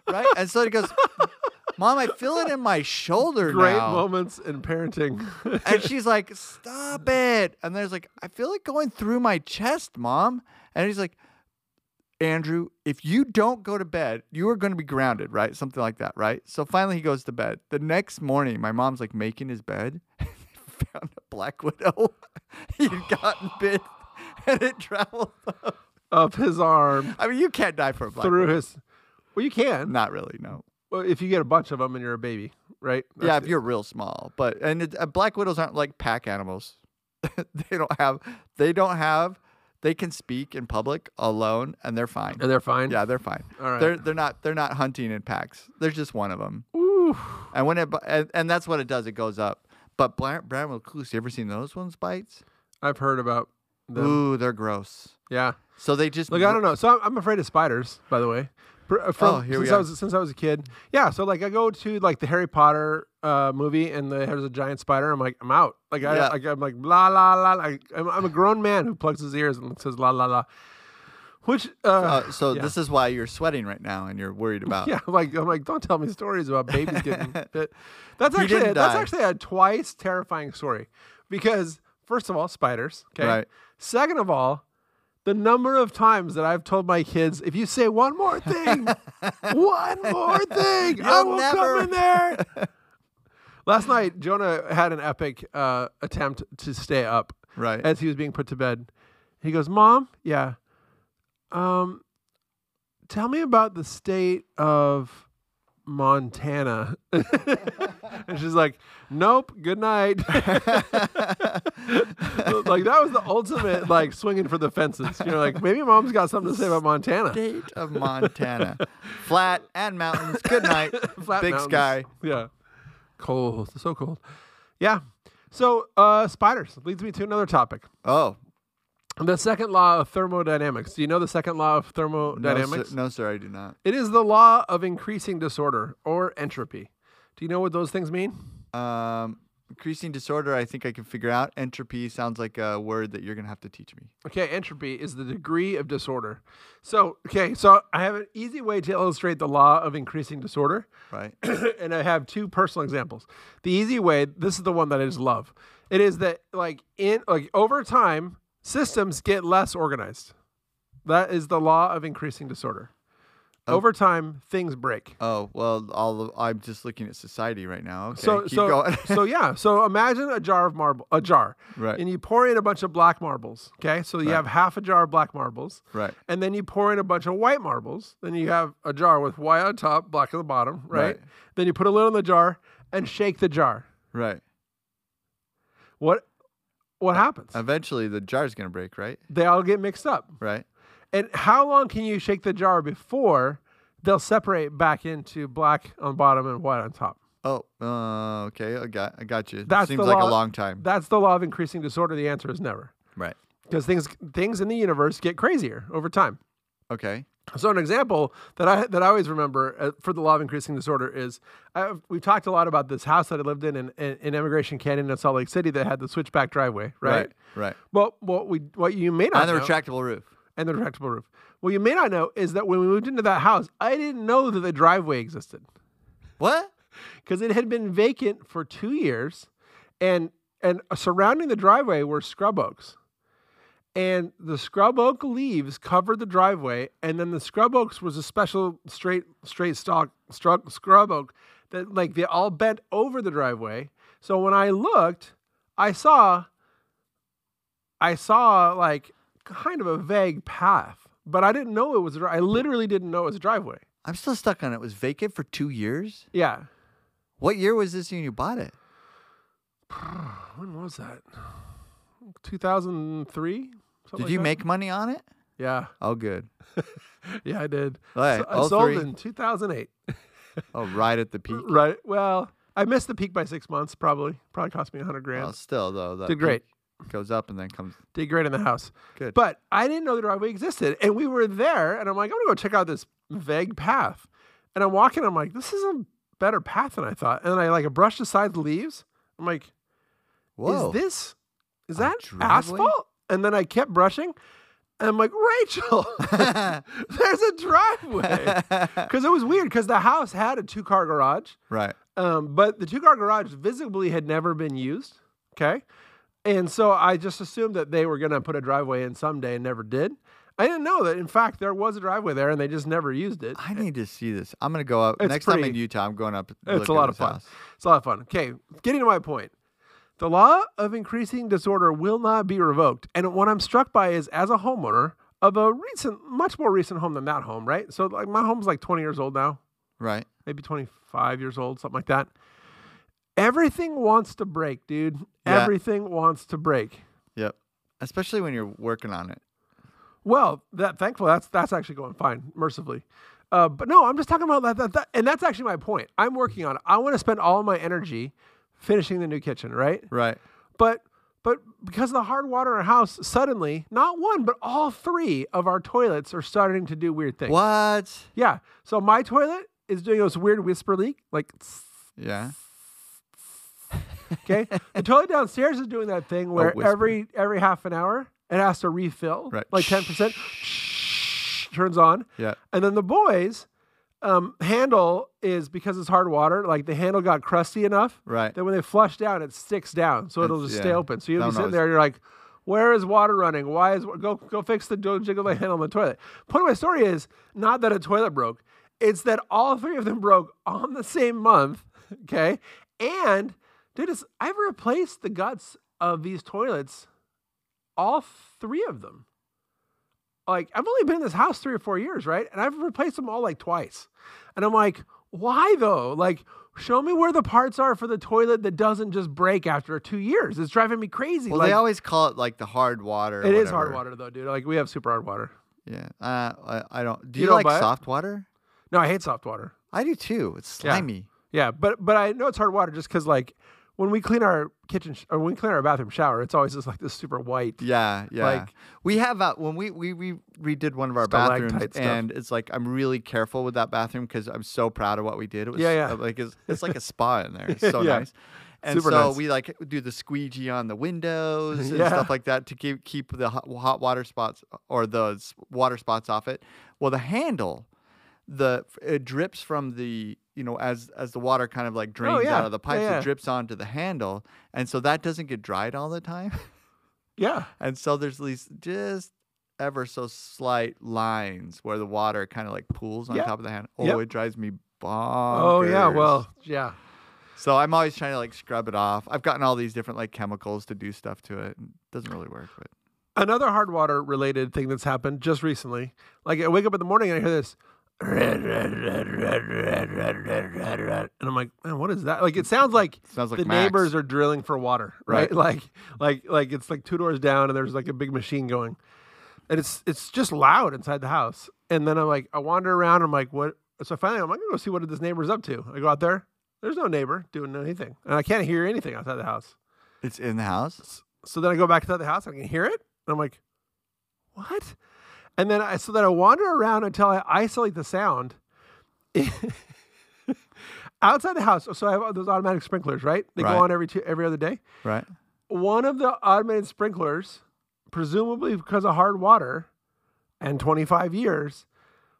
Speaker 2: Right? And so he goes, Mom, I feel it in my shoulder
Speaker 1: Great
Speaker 2: now.
Speaker 1: moments in parenting.
Speaker 2: And she's like, "Stop it!" And there's like, "I feel it going through my chest, mom." And he's like, "Andrew, if you don't go to bed, you are going to be grounded, right? Something like that, right?" So finally, he goes to bed. The next morning, my mom's like making his bed. Found a black widow. He'd gotten bit, and it traveled. Up.
Speaker 1: Up his arm
Speaker 2: I mean, you can't die for a black.
Speaker 1: through
Speaker 2: widow.
Speaker 1: his. Well, you can.
Speaker 2: Not really, no.
Speaker 1: Well, if you get a bunch of them and you're a baby, right?
Speaker 2: yeah,
Speaker 1: That's
Speaker 2: if you're real small, but and it, uh, black widows aren't like pack animals. they don't have. They don't have. They can speak in public alone, and they're fine.
Speaker 1: it. and they're fine.
Speaker 2: Yeah, they're fine.
Speaker 1: All right.
Speaker 2: They're they're not they're not hunting in packs. There's just one of them,
Speaker 1: Ooh.
Speaker 2: and when it bu- and, and that's what it does. It goes up. But black brown recluse, you ever seen those ones bites?
Speaker 1: I've heard about them.
Speaker 2: Ooh, they're gross.
Speaker 1: Yeah.
Speaker 2: So they just
Speaker 1: Like I don't know. So I'm, I'm afraid of spiders, by the way. Pr- uh, From,
Speaker 2: Oh, here we
Speaker 1: since I
Speaker 2: are.
Speaker 1: was since I was a kid. Yeah. So like I go to like the Harry Potter uh, movie and the, there's a giant spider. I'm like I'm out. Like I
Speaker 2: Yeah.
Speaker 1: like I'm like la la la. Like I'm, I'm a grown man who plugs his ears and says la la la. Which uh,
Speaker 2: Uh, so
Speaker 1: yeah.
Speaker 2: this is why you're sweating right now, and you're worried about.
Speaker 1: Yeah, I'm like I'm like, don't tell me stories about babies getting bit. That's
Speaker 2: He
Speaker 1: actually
Speaker 2: didn't
Speaker 1: that's
Speaker 2: die.
Speaker 1: actually a twice terrifying story because first of all, spiders. Okay.
Speaker 2: Right.
Speaker 1: Second of all, the number of times that I've told my kids, if you say one more thing, one more thing, I
Speaker 2: You'll
Speaker 1: will
Speaker 2: never-
Speaker 1: come in there. Last night, Jonah had an epic uh, attempt to stay up
Speaker 2: Right.
Speaker 1: as he was being put to bed. He goes, "Mom, yeah, um, tell me about the state of Montana." and she's like, "Nope, good night." like that was the ultimate like swinging for the fences. You're like, maybe mom's got something to say about Montana.
Speaker 2: state of Montana. Flat and mountains. Good night.
Speaker 1: Flat
Speaker 2: Big
Speaker 1: mountains.
Speaker 2: sky.
Speaker 1: Yeah. Cold. So cold. Yeah. So uh, spiders leads me to another topic.
Speaker 2: Oh,
Speaker 1: The second law of thermodynamics. Do you know the second law of
Speaker 2: no,
Speaker 1: thermodynamics?
Speaker 2: sir, no, sir, I do not.
Speaker 1: It is the law of increasing disorder or entropy. Do you know what those things mean?
Speaker 2: Um, increasing disorder, I think I can figure out. Entropy sounds like a word that you're going to have to teach me.
Speaker 1: Okay, entropy is the degree of disorder. So, okay, so I have an easy way to illustrate the law of increasing disorder,
Speaker 2: Right.
Speaker 1: and I have two personal examples. The easy way, this is the one that I just love. It is that like in like over time, systems get less organized. That is the law of increasing disorder. Over time, things break.
Speaker 2: Oh, well, all of, I'm just looking at society right now. Okay.
Speaker 1: so
Speaker 2: keep
Speaker 1: so
Speaker 2: going.
Speaker 1: so yeah. So imagine a jar of marble, a jar,
Speaker 2: Right.
Speaker 1: And you pour in a bunch of black marbles. Okay, so you have half a jar of black marbles,
Speaker 2: Right.
Speaker 1: And then you pour in a bunch of white marbles. Then you have a jar with white on top, black on the bottom, right?
Speaker 2: Right.
Speaker 1: Then you put a lid on the jar and shake the jar.
Speaker 2: right.
Speaker 1: What what happens?
Speaker 2: Eventually, the jar's going to break, right?
Speaker 1: they all get mixed up.
Speaker 2: Right.
Speaker 1: And how long can you shake the jar before they'll separate back into black on bottom and white on top?
Speaker 2: Oh, uh, okay. I got, I got you.
Speaker 1: That's the
Speaker 2: Seems like
Speaker 1: law-
Speaker 2: a long time.
Speaker 1: That's the law of increasing disorder. The answer is never.
Speaker 2: right.
Speaker 1: because things things in the universe get crazier over time.
Speaker 2: Okay.
Speaker 1: So an example that I that I always remember uh, for the law of increasing disorder is I, we've talked a lot about this house that I lived in in, in, in Immigration Canyon in Salt Lake City that had the switchback driveway, right?
Speaker 2: Right. Right.
Speaker 1: Well, what we what you may not
Speaker 2: And the
Speaker 1: know,
Speaker 2: retractable roof.
Speaker 1: and the retractable roof. What you may not know is that when we moved into that house, I didn't know that the driveway existed
Speaker 2: What?
Speaker 1: because it had been vacant for two years, and and surrounding the driveway were scrub oaks, And the scrub oak leaves covered the driveway, and then the scrub oaks was a special straight straight stalk struck scrub oak that like they all bent over the driveway. So when I looked, I saw I saw like kind of a vague path, but I didn't know it was a dri- I literally didn't know it was a driveway.
Speaker 2: I'm still stuck on it. It was vacant for two years.
Speaker 1: Yeah.
Speaker 2: What year was this when you bought it?
Speaker 1: When was that? 2003?
Speaker 2: Did you make money on it?
Speaker 1: Yeah.
Speaker 2: Oh, good.
Speaker 1: Yeah, I did.
Speaker 2: All right,
Speaker 1: So I
Speaker 2: all
Speaker 1: sold
Speaker 2: three.
Speaker 1: in 2008.
Speaker 2: Oh, right at the peak.
Speaker 1: Right. Well, I missed the peak by six months, probably. Probably cost me 100 grand.
Speaker 2: Well, still though, that
Speaker 1: Did great.
Speaker 2: peak goes up and then comes.
Speaker 1: Did great in the house.
Speaker 2: Good.
Speaker 1: But I didn't know the driveway existed. And we were there, and I'm like, I'm going to go check out this vague path. And I'm walking, I'm like, this is a better path than I thought. And then I like brushed aside the leaves. I'm like,
Speaker 2: Whoa.
Speaker 1: is this, is
Speaker 2: A
Speaker 1: that
Speaker 2: driveway?
Speaker 1: asphalt? And then I kept brushing. And I'm like, Rachel, there's a driveway. Because it was weird because the house had a two car garage.
Speaker 2: right.
Speaker 1: Um, but the two car garage visibly had never been used. Okay. And so I just assumed that they were going to put a driveway in someday and never did. I didn't know that, in fact, there was a driveway there and they just never used it.
Speaker 2: I need to see this. I'm gonna go up
Speaker 1: It's
Speaker 2: next time in
Speaker 1: pretty-
Speaker 2: Utah. I'm going up.
Speaker 1: It's a lot of fun. It's a lot of fun. Okay. Getting to my point. The law of increasing disorder will not be revoked. And what I'm struck by is, as a homeowner of a recent, much more recent home than that home, right? So, like, my home's like 20 years old now.
Speaker 2: Right.
Speaker 1: maybe 25 years old, something like that. Everything wants to break, dude.
Speaker 2: Yeah.
Speaker 1: Everything wants to break.
Speaker 2: Yep. Especially when you're working on it.
Speaker 1: Well, that thankful that's that's actually going fine, mercifully. Uh, but no, I'm just talking about that, that, that, and that's actually my point. I'm working on it. I want to spend all my energy finishing the new kitchen, right?
Speaker 2: Right.
Speaker 1: But but because of the hard water in our house, suddenly not one but all three of our toilets are starting to do weird things.
Speaker 2: What?
Speaker 1: Yeah. So my toilet is doing this weird whisper leak, like.
Speaker 2: Yeah.
Speaker 1: Okay. the toilet downstairs is doing that thing where
Speaker 2: whisper.
Speaker 1: every every half an hour it has to refill,
Speaker 2: Right.
Speaker 1: like ten percent. turns on,
Speaker 2: Yeah.
Speaker 1: and then the boys' um, handle is because it's hard water. Like the handle got crusty enough
Speaker 2: Right.
Speaker 1: that when they flush down, it sticks down, so it'll
Speaker 2: It's-
Speaker 1: just stay
Speaker 2: yeah.
Speaker 1: open. So you'll
Speaker 2: That
Speaker 1: be
Speaker 2: one
Speaker 1: sitting
Speaker 2: always-
Speaker 1: there, you're like, "Where is water running? Why is go go fix the go jiggle the handle on the toilet?" Point of my story is not that a toilet broke; it's that all three of them broke on the same month. Okay, and dude, it's, I've replaced the guts of these toilets, all three of them. Like I've only been in this house three or four years, right? And I've replaced them all like twice. And I'm like, why though? Like, show me where the parts are for the toilet that doesn't just break after two years. It's driving me crazy.
Speaker 2: Well,
Speaker 1: like,
Speaker 2: they always call it like the hard water. or
Speaker 1: it is hard
Speaker 2: whatever.
Speaker 1: water though, dude. Like we have super hard water.
Speaker 2: Yeah. Uh, I, I don't. Do
Speaker 1: You
Speaker 2: you,
Speaker 1: don't
Speaker 2: like
Speaker 1: buy it?
Speaker 2: soft water?
Speaker 1: No, I hate soft water.
Speaker 2: I do too. It's
Speaker 1: Yeah.
Speaker 2: slimy.
Speaker 1: Yeah, but but I know it's hard water just because like when we clean our kitchen sh- or when we clean our bathroom shower, it's always just like this super white.
Speaker 2: Yeah. Yeah.
Speaker 1: Like-
Speaker 2: we have uh, when we we we redid one of our
Speaker 1: Stalactite
Speaker 2: bathrooms,
Speaker 1: stuff.
Speaker 2: and it's like I'm really careful with that bathroom because I'm so proud of what we did. It was
Speaker 1: Yeah, yeah.
Speaker 2: uh, like it's, it's like a spa in there. It's so
Speaker 1: Yeah.
Speaker 2: nice. And
Speaker 1: Super
Speaker 2: so
Speaker 1: nice.
Speaker 2: we like do the squeegee on the windows and
Speaker 1: Yeah.
Speaker 2: stuff like that to keep keep the hot, hot water spots or the s- water spots off it. Well, the handle, the it drips from the you know as as the water kind of like drains
Speaker 1: Oh, yeah.
Speaker 2: out of the
Speaker 1: Yeah,
Speaker 2: pipes,
Speaker 1: yeah.
Speaker 2: it drips onto the handle, and so that doesn't get dried all the time.
Speaker 1: Yeah,
Speaker 2: And so there's these just ever so slight lines where the water kind of like pools on
Speaker 1: Yeah.
Speaker 2: top of the hand. Oh,
Speaker 1: Yep.
Speaker 2: it drives me bonkers.
Speaker 1: Oh yeah, well yeah.
Speaker 2: So I'm always trying to like scrub it off. I've gotten all these different like chemicals to do stuff to it. and It doesn't really work, but
Speaker 1: Another hard water related thing that's happened just recently. Like I wake up in the morning and I hear this. And I'm like, man, what is that? Like it sounds like
Speaker 2: it sounds like
Speaker 1: the
Speaker 2: Max.
Speaker 1: neighbors are drilling for water, right?
Speaker 2: Right.
Speaker 1: Like, like, like it's like two doors down, and there's like a big machine going, and it's it's just loud inside the house. And then I'm like, I wander around. I'm like, what? So finally, I'm like, I'm gonna go see what this neighbor's up to. I go out there. There's no neighbor doing anything, and I can't hear anything outside the house.
Speaker 2: It's in the house.
Speaker 1: So then I go back to the house. I can hear it. And I'm like, what? And then I so then I wander around until I isolate the sound outside the house. So I have those automatic sprinklers, right? They
Speaker 2: Right.
Speaker 1: go on every two, every other day.
Speaker 2: Right.
Speaker 1: One of the automated sprinklers, presumably because of hard water and 25 years,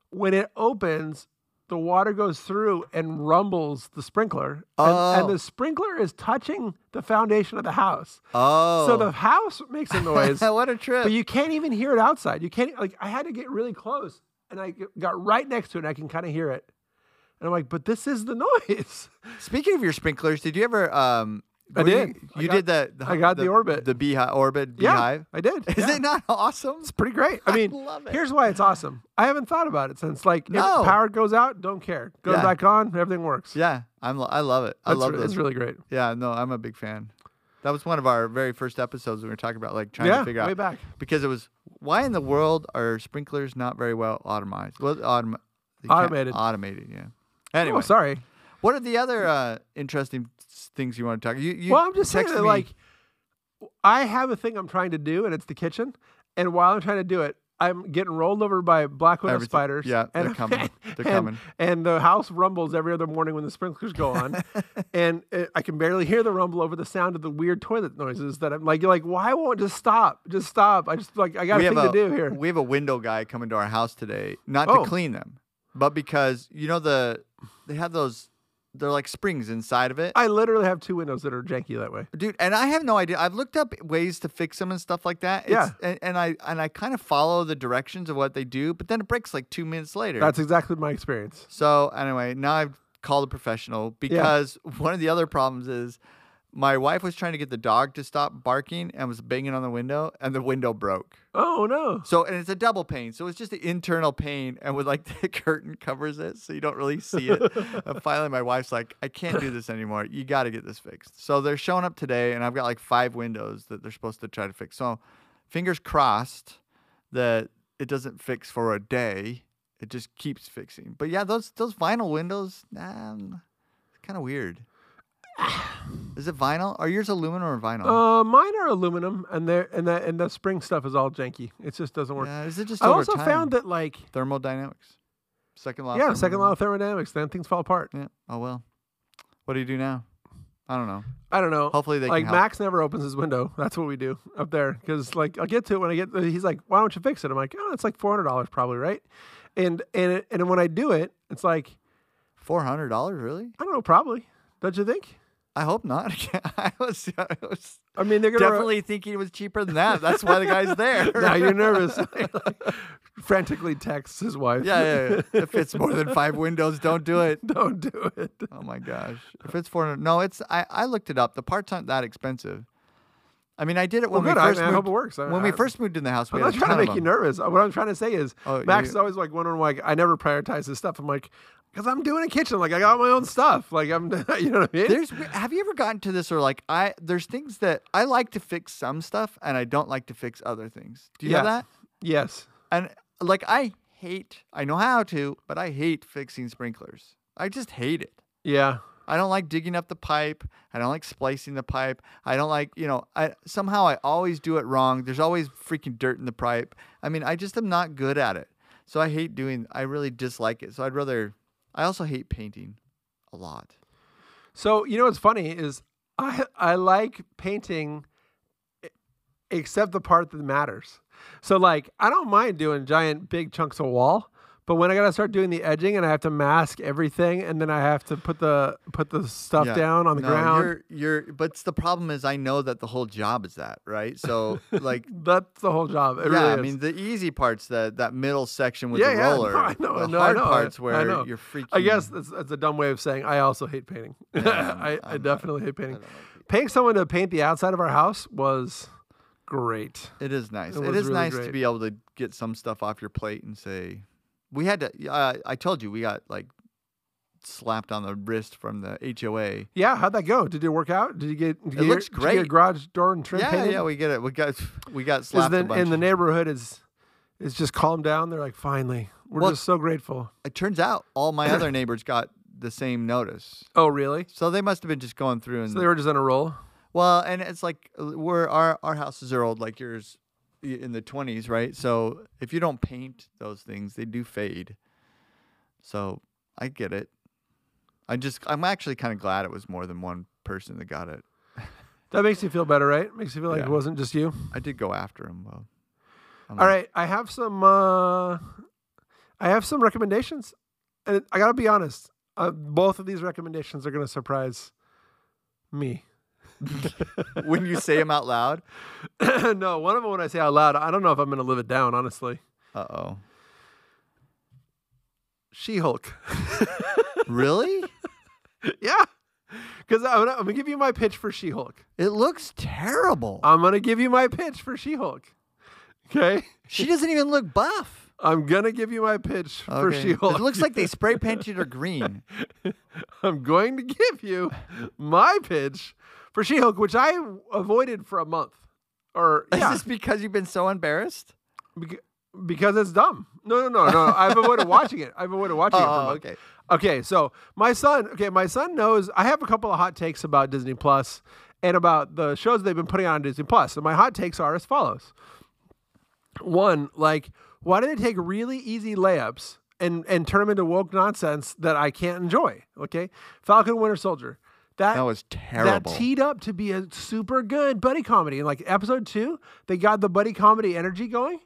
Speaker 1: when it opens, the water goes through and rumbles the sprinkler. And, and
Speaker 2: Oh.
Speaker 1: the sprinkler is touching the foundation of the house.
Speaker 2: Oh,
Speaker 1: So the house makes a noise,
Speaker 2: what a trip!
Speaker 1: but you can't even hear it outside. You can't, like, I had to get really close and I g- got right next to it and I can kind of hear it. And I'm like, but this is the noise.
Speaker 2: Speaking of your sprinklers, did you ever? Um,
Speaker 1: I
Speaker 2: what you-
Speaker 1: did.
Speaker 2: You,
Speaker 1: I
Speaker 2: did the, the-
Speaker 1: I got the orbit.
Speaker 2: the beehive orbit
Speaker 1: Yeah,
Speaker 2: beehive.
Speaker 1: I did.
Speaker 2: Is
Speaker 1: yeah.
Speaker 2: it not awesome?
Speaker 1: It's pretty great. I
Speaker 2: I
Speaker 1: mean,
Speaker 2: love it.
Speaker 1: here's why it's awesome. I haven't thought about it since like if
Speaker 2: No.
Speaker 1: power goes out, don't care. Goes
Speaker 2: Yeah.
Speaker 1: back on, everything works.
Speaker 2: Yeah, I'm. lo- I love it. I
Speaker 1: That's
Speaker 2: love
Speaker 1: re-
Speaker 2: those.
Speaker 1: It's really great.
Speaker 2: yeah, no, I'm a big fan. That was one of our very first episodes we were talking about like trying
Speaker 1: yeah,
Speaker 2: to figure
Speaker 1: way
Speaker 2: out
Speaker 1: back.
Speaker 2: because it was why in the world are sprinklers not very well automized? Well, autom- you can't-
Speaker 1: Automated.
Speaker 2: Automated, yeah. Anyway,
Speaker 1: Oh, sorry.
Speaker 2: what are the other uh, interesting s- things you want to talk? You, you
Speaker 1: well, I'm just saying
Speaker 2: texted
Speaker 1: that
Speaker 2: me-
Speaker 1: like I have a thing I'm trying to do, and it's the kitchen. And while I'm trying to do it, I'm getting rolled over by black widow
Speaker 2: Everything-
Speaker 1: spiders.
Speaker 2: yeah, they're
Speaker 1: and-
Speaker 2: coming. They're
Speaker 1: and-
Speaker 2: coming.
Speaker 1: And the house rumbles every other morning when the sprinklers go on, and uh, I can barely hear the rumble over the sound of the weird toilet noises. That I'm like, you're like, why won't just stop? Just stop. I just like I got a thing to do here.
Speaker 2: We have a window guy coming to our house today, not
Speaker 1: Oh.
Speaker 2: to clean them, but because you know the they have those they're like springs inside of it.
Speaker 1: I literally have two windows that are janky that way.
Speaker 2: Dude, and I have no idea. I've looked up ways to fix them and stuff like that. It's, and, and I and I kind of follow the directions of what they do, but then it breaks like two minutes later.
Speaker 1: That's exactly my experience.
Speaker 2: so anyway, now I've called a professional because one of the other problems is my wife was trying to get the dog to stop barking and was banging on the window, and the window broke.
Speaker 1: Oh no.
Speaker 2: So and it's a double pane. So it's just the internal pane, and with like the curtain covers it, so you don't really see it. and finally, my wife's like, "I can't do this anymore. You got to get this fixed." So they're showing up today, and I've got like five windows that they're supposed to try to fix. So, fingers crossed that it doesn't fix for a day. It just keeps fixing. But yeah, those those vinyl windows, nah, it's kind of weird. Is it vinyl? Are yours aluminum or vinyl?
Speaker 1: Uh, mine are aluminum, and they and that and the spring stuff is all janky. It just doesn't work.
Speaker 2: yeah, is it just
Speaker 1: I
Speaker 2: over
Speaker 1: also
Speaker 2: time?
Speaker 1: found that like
Speaker 2: thermodynamics. Second law. of
Speaker 1: yeah, second law
Speaker 2: thermodynamics.
Speaker 1: of thermodynamics, then things fall apart.
Speaker 2: Yeah. Oh well. What do you do now? I don't know.
Speaker 1: I don't know.
Speaker 2: Hopefully they
Speaker 1: like
Speaker 2: can help.
Speaker 1: Max never opens his window. That's what we do up there because like I'll get to it when I get. He's like, why don't you fix it? I'm like, oh, it's like four hundred dollars probably, right? And and it, and when I do it, it's like
Speaker 2: Four hundred dollars, really?
Speaker 1: I don't know, probably. Don't you think?
Speaker 2: I hope not. I was, I was
Speaker 1: I mean, they're gonna
Speaker 2: definitely thinking it was cheaper than that. That's why the guy's there.
Speaker 1: now
Speaker 2: yeah,
Speaker 1: you're nervous. frantically texts his wife.
Speaker 2: yeah, yeah. If it's more than five windows, don't do it.
Speaker 1: Don't do it.
Speaker 2: Oh my gosh. If it's four hundred, no, it's. I, I looked it up. The parts aren't that expensive. I mean, I did it
Speaker 1: Well,
Speaker 2: when
Speaker 1: good.
Speaker 2: we
Speaker 1: I,
Speaker 2: first
Speaker 1: mean, I
Speaker 2: moved.
Speaker 1: hope it works. I,
Speaker 2: when we
Speaker 1: I-
Speaker 2: first moved in the house, we
Speaker 1: I'm not
Speaker 2: had a
Speaker 1: trying
Speaker 2: ton
Speaker 1: to
Speaker 2: of
Speaker 1: make you
Speaker 2: them.
Speaker 1: nervous. What I'm trying to say is,
Speaker 2: Oh,
Speaker 1: Max
Speaker 2: you-
Speaker 1: is always like wondering why I never prioritize his stuff. I'm like, because I'm doing a kitchen. Like I got my own stuff. Like I'm, you know what I mean?
Speaker 2: there's have you ever gotten to this or like I there's things that I like to fix some stuff and I don't like to fix other things. Do you
Speaker 1: Yeah.
Speaker 2: know that?
Speaker 1: yes.
Speaker 2: And like I hate I know how to, but I hate fixing sprinklers. I just hate it.
Speaker 1: Yeah.
Speaker 2: I don't like digging up the pipe. I don't like splicing the pipe. I don't like, you know, I somehow I always do it wrong. There's always freaking dirt in the pipe. I mean, I just am not good at it. So I hate doing I really dislike it. So I'd rather I also hate painting a lot.
Speaker 1: So you know what's funny is I I like painting, e- except the part that matters. So like I don't mind doing giant big chunks of wall, but when I gotta start doing the edging and I have to mask everything and then I have to put the put the stuff
Speaker 2: Yeah.
Speaker 1: down on the ground.
Speaker 2: You're, you're, but the problem is, I know that the whole job is that, right? So, like,
Speaker 1: That's the whole job. It
Speaker 2: yeah,
Speaker 1: really
Speaker 2: I
Speaker 1: is.
Speaker 2: mean, the easy part's that that middle section with
Speaker 1: Yeah,
Speaker 2: the
Speaker 1: yeah, no,
Speaker 2: roller.
Speaker 1: I know, I
Speaker 2: the
Speaker 1: know, I
Speaker 2: hard
Speaker 1: know, I-
Speaker 2: part's
Speaker 1: I
Speaker 2: where
Speaker 1: know.
Speaker 2: you're freaking.
Speaker 1: I guess that's, that's a dumb way of saying I also hate painting.
Speaker 2: Yeah,
Speaker 1: I, I
Speaker 2: I'm not-
Speaker 1: definitely hate
Speaker 2: I
Speaker 1: painting.
Speaker 2: don't like
Speaker 1: Paying someone to paint the outside of our house was great.
Speaker 2: it. it is nice.
Speaker 1: It
Speaker 2: It
Speaker 1: was
Speaker 2: is
Speaker 1: really
Speaker 2: nice
Speaker 1: great.
Speaker 2: to be able to get some stuff off your plate and say, we had to. Uh, I told you we got like slapped on the wrist from the HOA.
Speaker 1: Yeah, how'd that go? Did it work out? Did you get? Did
Speaker 2: It
Speaker 1: you get-
Speaker 2: looks
Speaker 1: did you get
Speaker 2: great.
Speaker 1: garage door and trim
Speaker 2: Yeah,
Speaker 1: painted?
Speaker 2: yeah, we get it. We got we got
Speaker 1: 'Cause
Speaker 2: slapped a
Speaker 1: then
Speaker 2: bunch.
Speaker 1: in the neighborhood is, it's just calmed down. They're like, finally, we're
Speaker 2: Well-
Speaker 1: just so grateful.
Speaker 2: it turns out all my other neighbors got the same notice.
Speaker 1: Oh, really?
Speaker 2: So they must have been just going through and
Speaker 1: So they were just on a roll.
Speaker 2: well, and it's like uh, we're our our houses are old, like yours i- in the twenties, right? So if you don't paint those things, they do fade. So I get it. I just I'm actually kind of glad it was more than one person that got it.
Speaker 1: That makes you feel better, right? Makes you feel like
Speaker 2: Yeah.
Speaker 1: it wasn't just you.
Speaker 2: I did go after him though. I'm
Speaker 1: All
Speaker 2: like,
Speaker 1: right, I have some. Uh, I have some recommendations. And it- I gotta be honest, uh, both of these recommendations are gonna surprise me.
Speaker 2: when you say them out loud.
Speaker 1: no, one of them when I say out loud, I don't know if I'm gonna live it down. Honestly,
Speaker 2: Uh oh.
Speaker 1: She-Hulk.
Speaker 2: Really?
Speaker 1: yeah, because I'm gonna, I'm gonna give you my pitch for She-Hulk.
Speaker 2: It looks terrible.
Speaker 1: I'm gonna give you my pitch for She-Hulk. Okay,
Speaker 2: she doesn't even look buff.
Speaker 1: I'm gonna give you my pitch for
Speaker 2: Okay.
Speaker 1: She-Hulk.
Speaker 2: It looks like they spray painted her green.
Speaker 1: I'm going to give you my pitch for She-Hulk, which I avoided for a month. Or yeah,
Speaker 2: Is this because you've been so embarrassed?
Speaker 1: bec- because it's dumb. No, no, no, no. I've avoided watching it. I've avoided watching it. For a
Speaker 2: Oh,
Speaker 1: month.
Speaker 2: okay.
Speaker 1: Okay, so my son, okay, my son knows I have a couple of hot takes about Disney Plus and about the shows they've been putting on Disney Plus. So my hot takes are as follows. One, like, why do they take really easy layups and and turn them into woke nonsense that I can't enjoy? Okay, Falcon Winter Soldier. That,
Speaker 2: That was terrible.
Speaker 1: that teed up to be a super good buddy comedy. And like episode two, they got the buddy comedy energy going.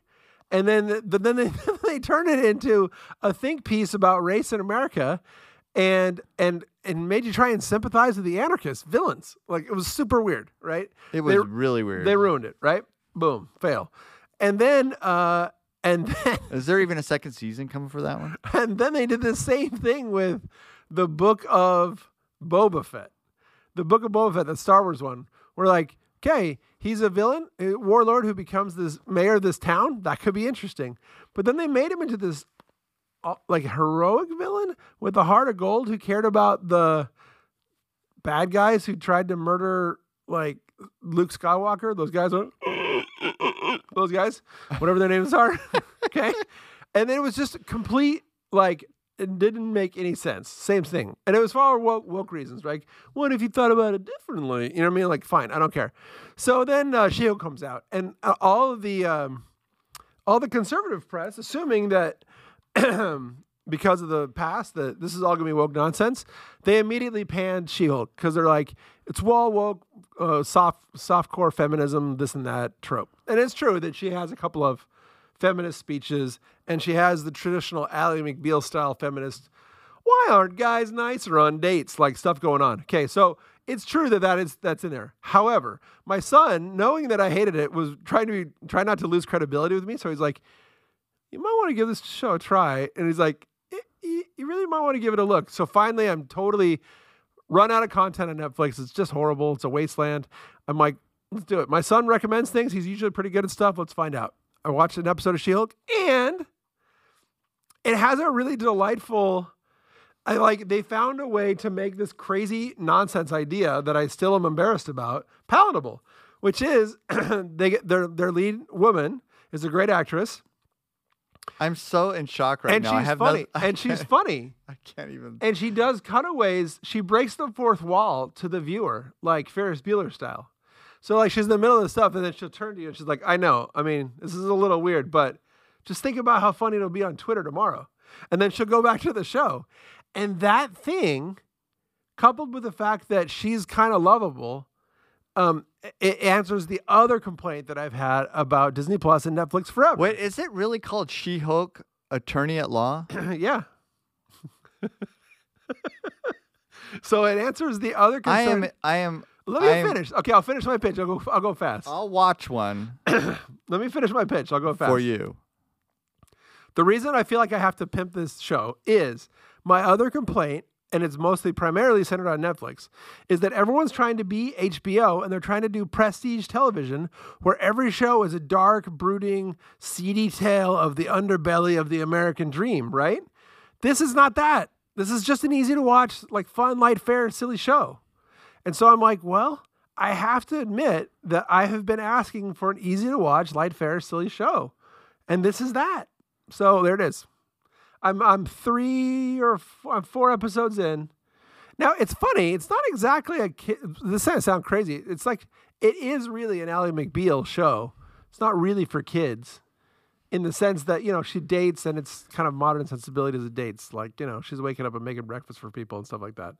Speaker 1: And then, the, the- then they, they turned it into a think piece about race in America and, and, and made you try and sympathize with the anarchist villains. Like it was super weird, right?
Speaker 2: it was
Speaker 1: They-
Speaker 2: really weird.
Speaker 1: they ruined it, right? Boom, fail. And then, uh, and then,
Speaker 2: Is there even a second season coming for that one?
Speaker 1: and then they did the same thing with the book of Boba Fett. The book of Boba Fett, the Star Wars one. We're like, okay, he's a villain, a warlord who becomes this mayor of this town. That could be interesting. But then they made him into this uh, like heroic villain with a heart of gold who cared about the bad guys who tried to murder like Luke Skywalker. Those guys went, those guys, whatever their names are. okay. And then it was just complete, like, it didn't make any sense. Same thing. And it was for all woke, woke reasons. Like, what if you thought about it differently? You know what I mean? Like, fine, I don't care. So then uh, She-Hulk comes out, and uh, all of the um, all the conservative press, assuming that um, because of the past that this is all gonna be woke nonsense, they immediately panned She-Hulk because they're like, it's wall woke, uh, soft softcore feminism, this and that trope. And it's true that she has a couple of feminist speeches, and she has the traditional Ally McBeal style feminist. Why aren't guys nicer on dates? Like stuff going on. Okay, so it's true that that is that's in there. However, my son, knowing that I hated it, was trying to be trying not to lose credibility with me. So he's like, "You might want to give this show a try," and he's like, "Y- y- "You really might want to give it a look." So finally, I'm totally run out of content on Netflix. It's just horrible. It's a wasteland. I'm like, let's do it. My son recommends things. He's usually pretty good at stuff. Let's find out. I watched an episode of She-Hulk and it has a really delightful I like they found a way to make this crazy nonsense idea that I still am embarrassed about palatable, which is they get their their lead woman is a great actress
Speaker 2: I'm so in shock right
Speaker 1: and
Speaker 2: now. I
Speaker 1: she's
Speaker 2: have no-
Speaker 1: funny
Speaker 2: I
Speaker 1: and she's
Speaker 2: can't-
Speaker 1: funny
Speaker 2: I can't even.
Speaker 1: and she does cutaways. She breaks the fourth wall to the viewer, like Ferris Bueller style. So like she's in the middle of the stuff, and then she'll turn to you and she's like, "I know. I mean, this is a little weird, but just think about how funny it'll be on Twitter tomorrow." And then she'll go back to the show, and that thing, coupled with the fact that she's kind of lovable, um, it answers the other complaint that I've had about Disney Plus and Netflix forever.
Speaker 2: Wait, is it really called She-Hulk Attorney at Law?
Speaker 1: yeah. so it answers the other
Speaker 2: I
Speaker 1: concern.
Speaker 2: am. I am.
Speaker 1: Let me
Speaker 2: I am-
Speaker 1: finish. Okay, I'll finish my pitch. I'll go. I'll go fast.
Speaker 2: I'll watch one
Speaker 1: Let me finish my pitch. I'll go fast.
Speaker 2: for you.
Speaker 1: The reason I feel like I have to pimp this show is my other complaint, and it's mostly primarily centered on Netflix, is that everyone's trying to be HBO and they're trying to do prestige television where every show is a dark, brooding, seedy tale of the underbelly of the American dream, right? This is not that. This is just an easy to watch, like fun, light, fair, silly show. And so I'm like, well, I have to admit that I have been asking for an easy to watch, light, fair, silly show. And this is that. So there it is. I'm I'm three or four, I'm four episodes in. Now it's funny. It's not exactly a kid. This kind of sound crazy. It's like it is really an Ally McBeal show. It's not really for kids, in the sense that you know she dates and it's kind of modern sensibilities of dates. Like you know she's waking up and making breakfast for people and stuff like that.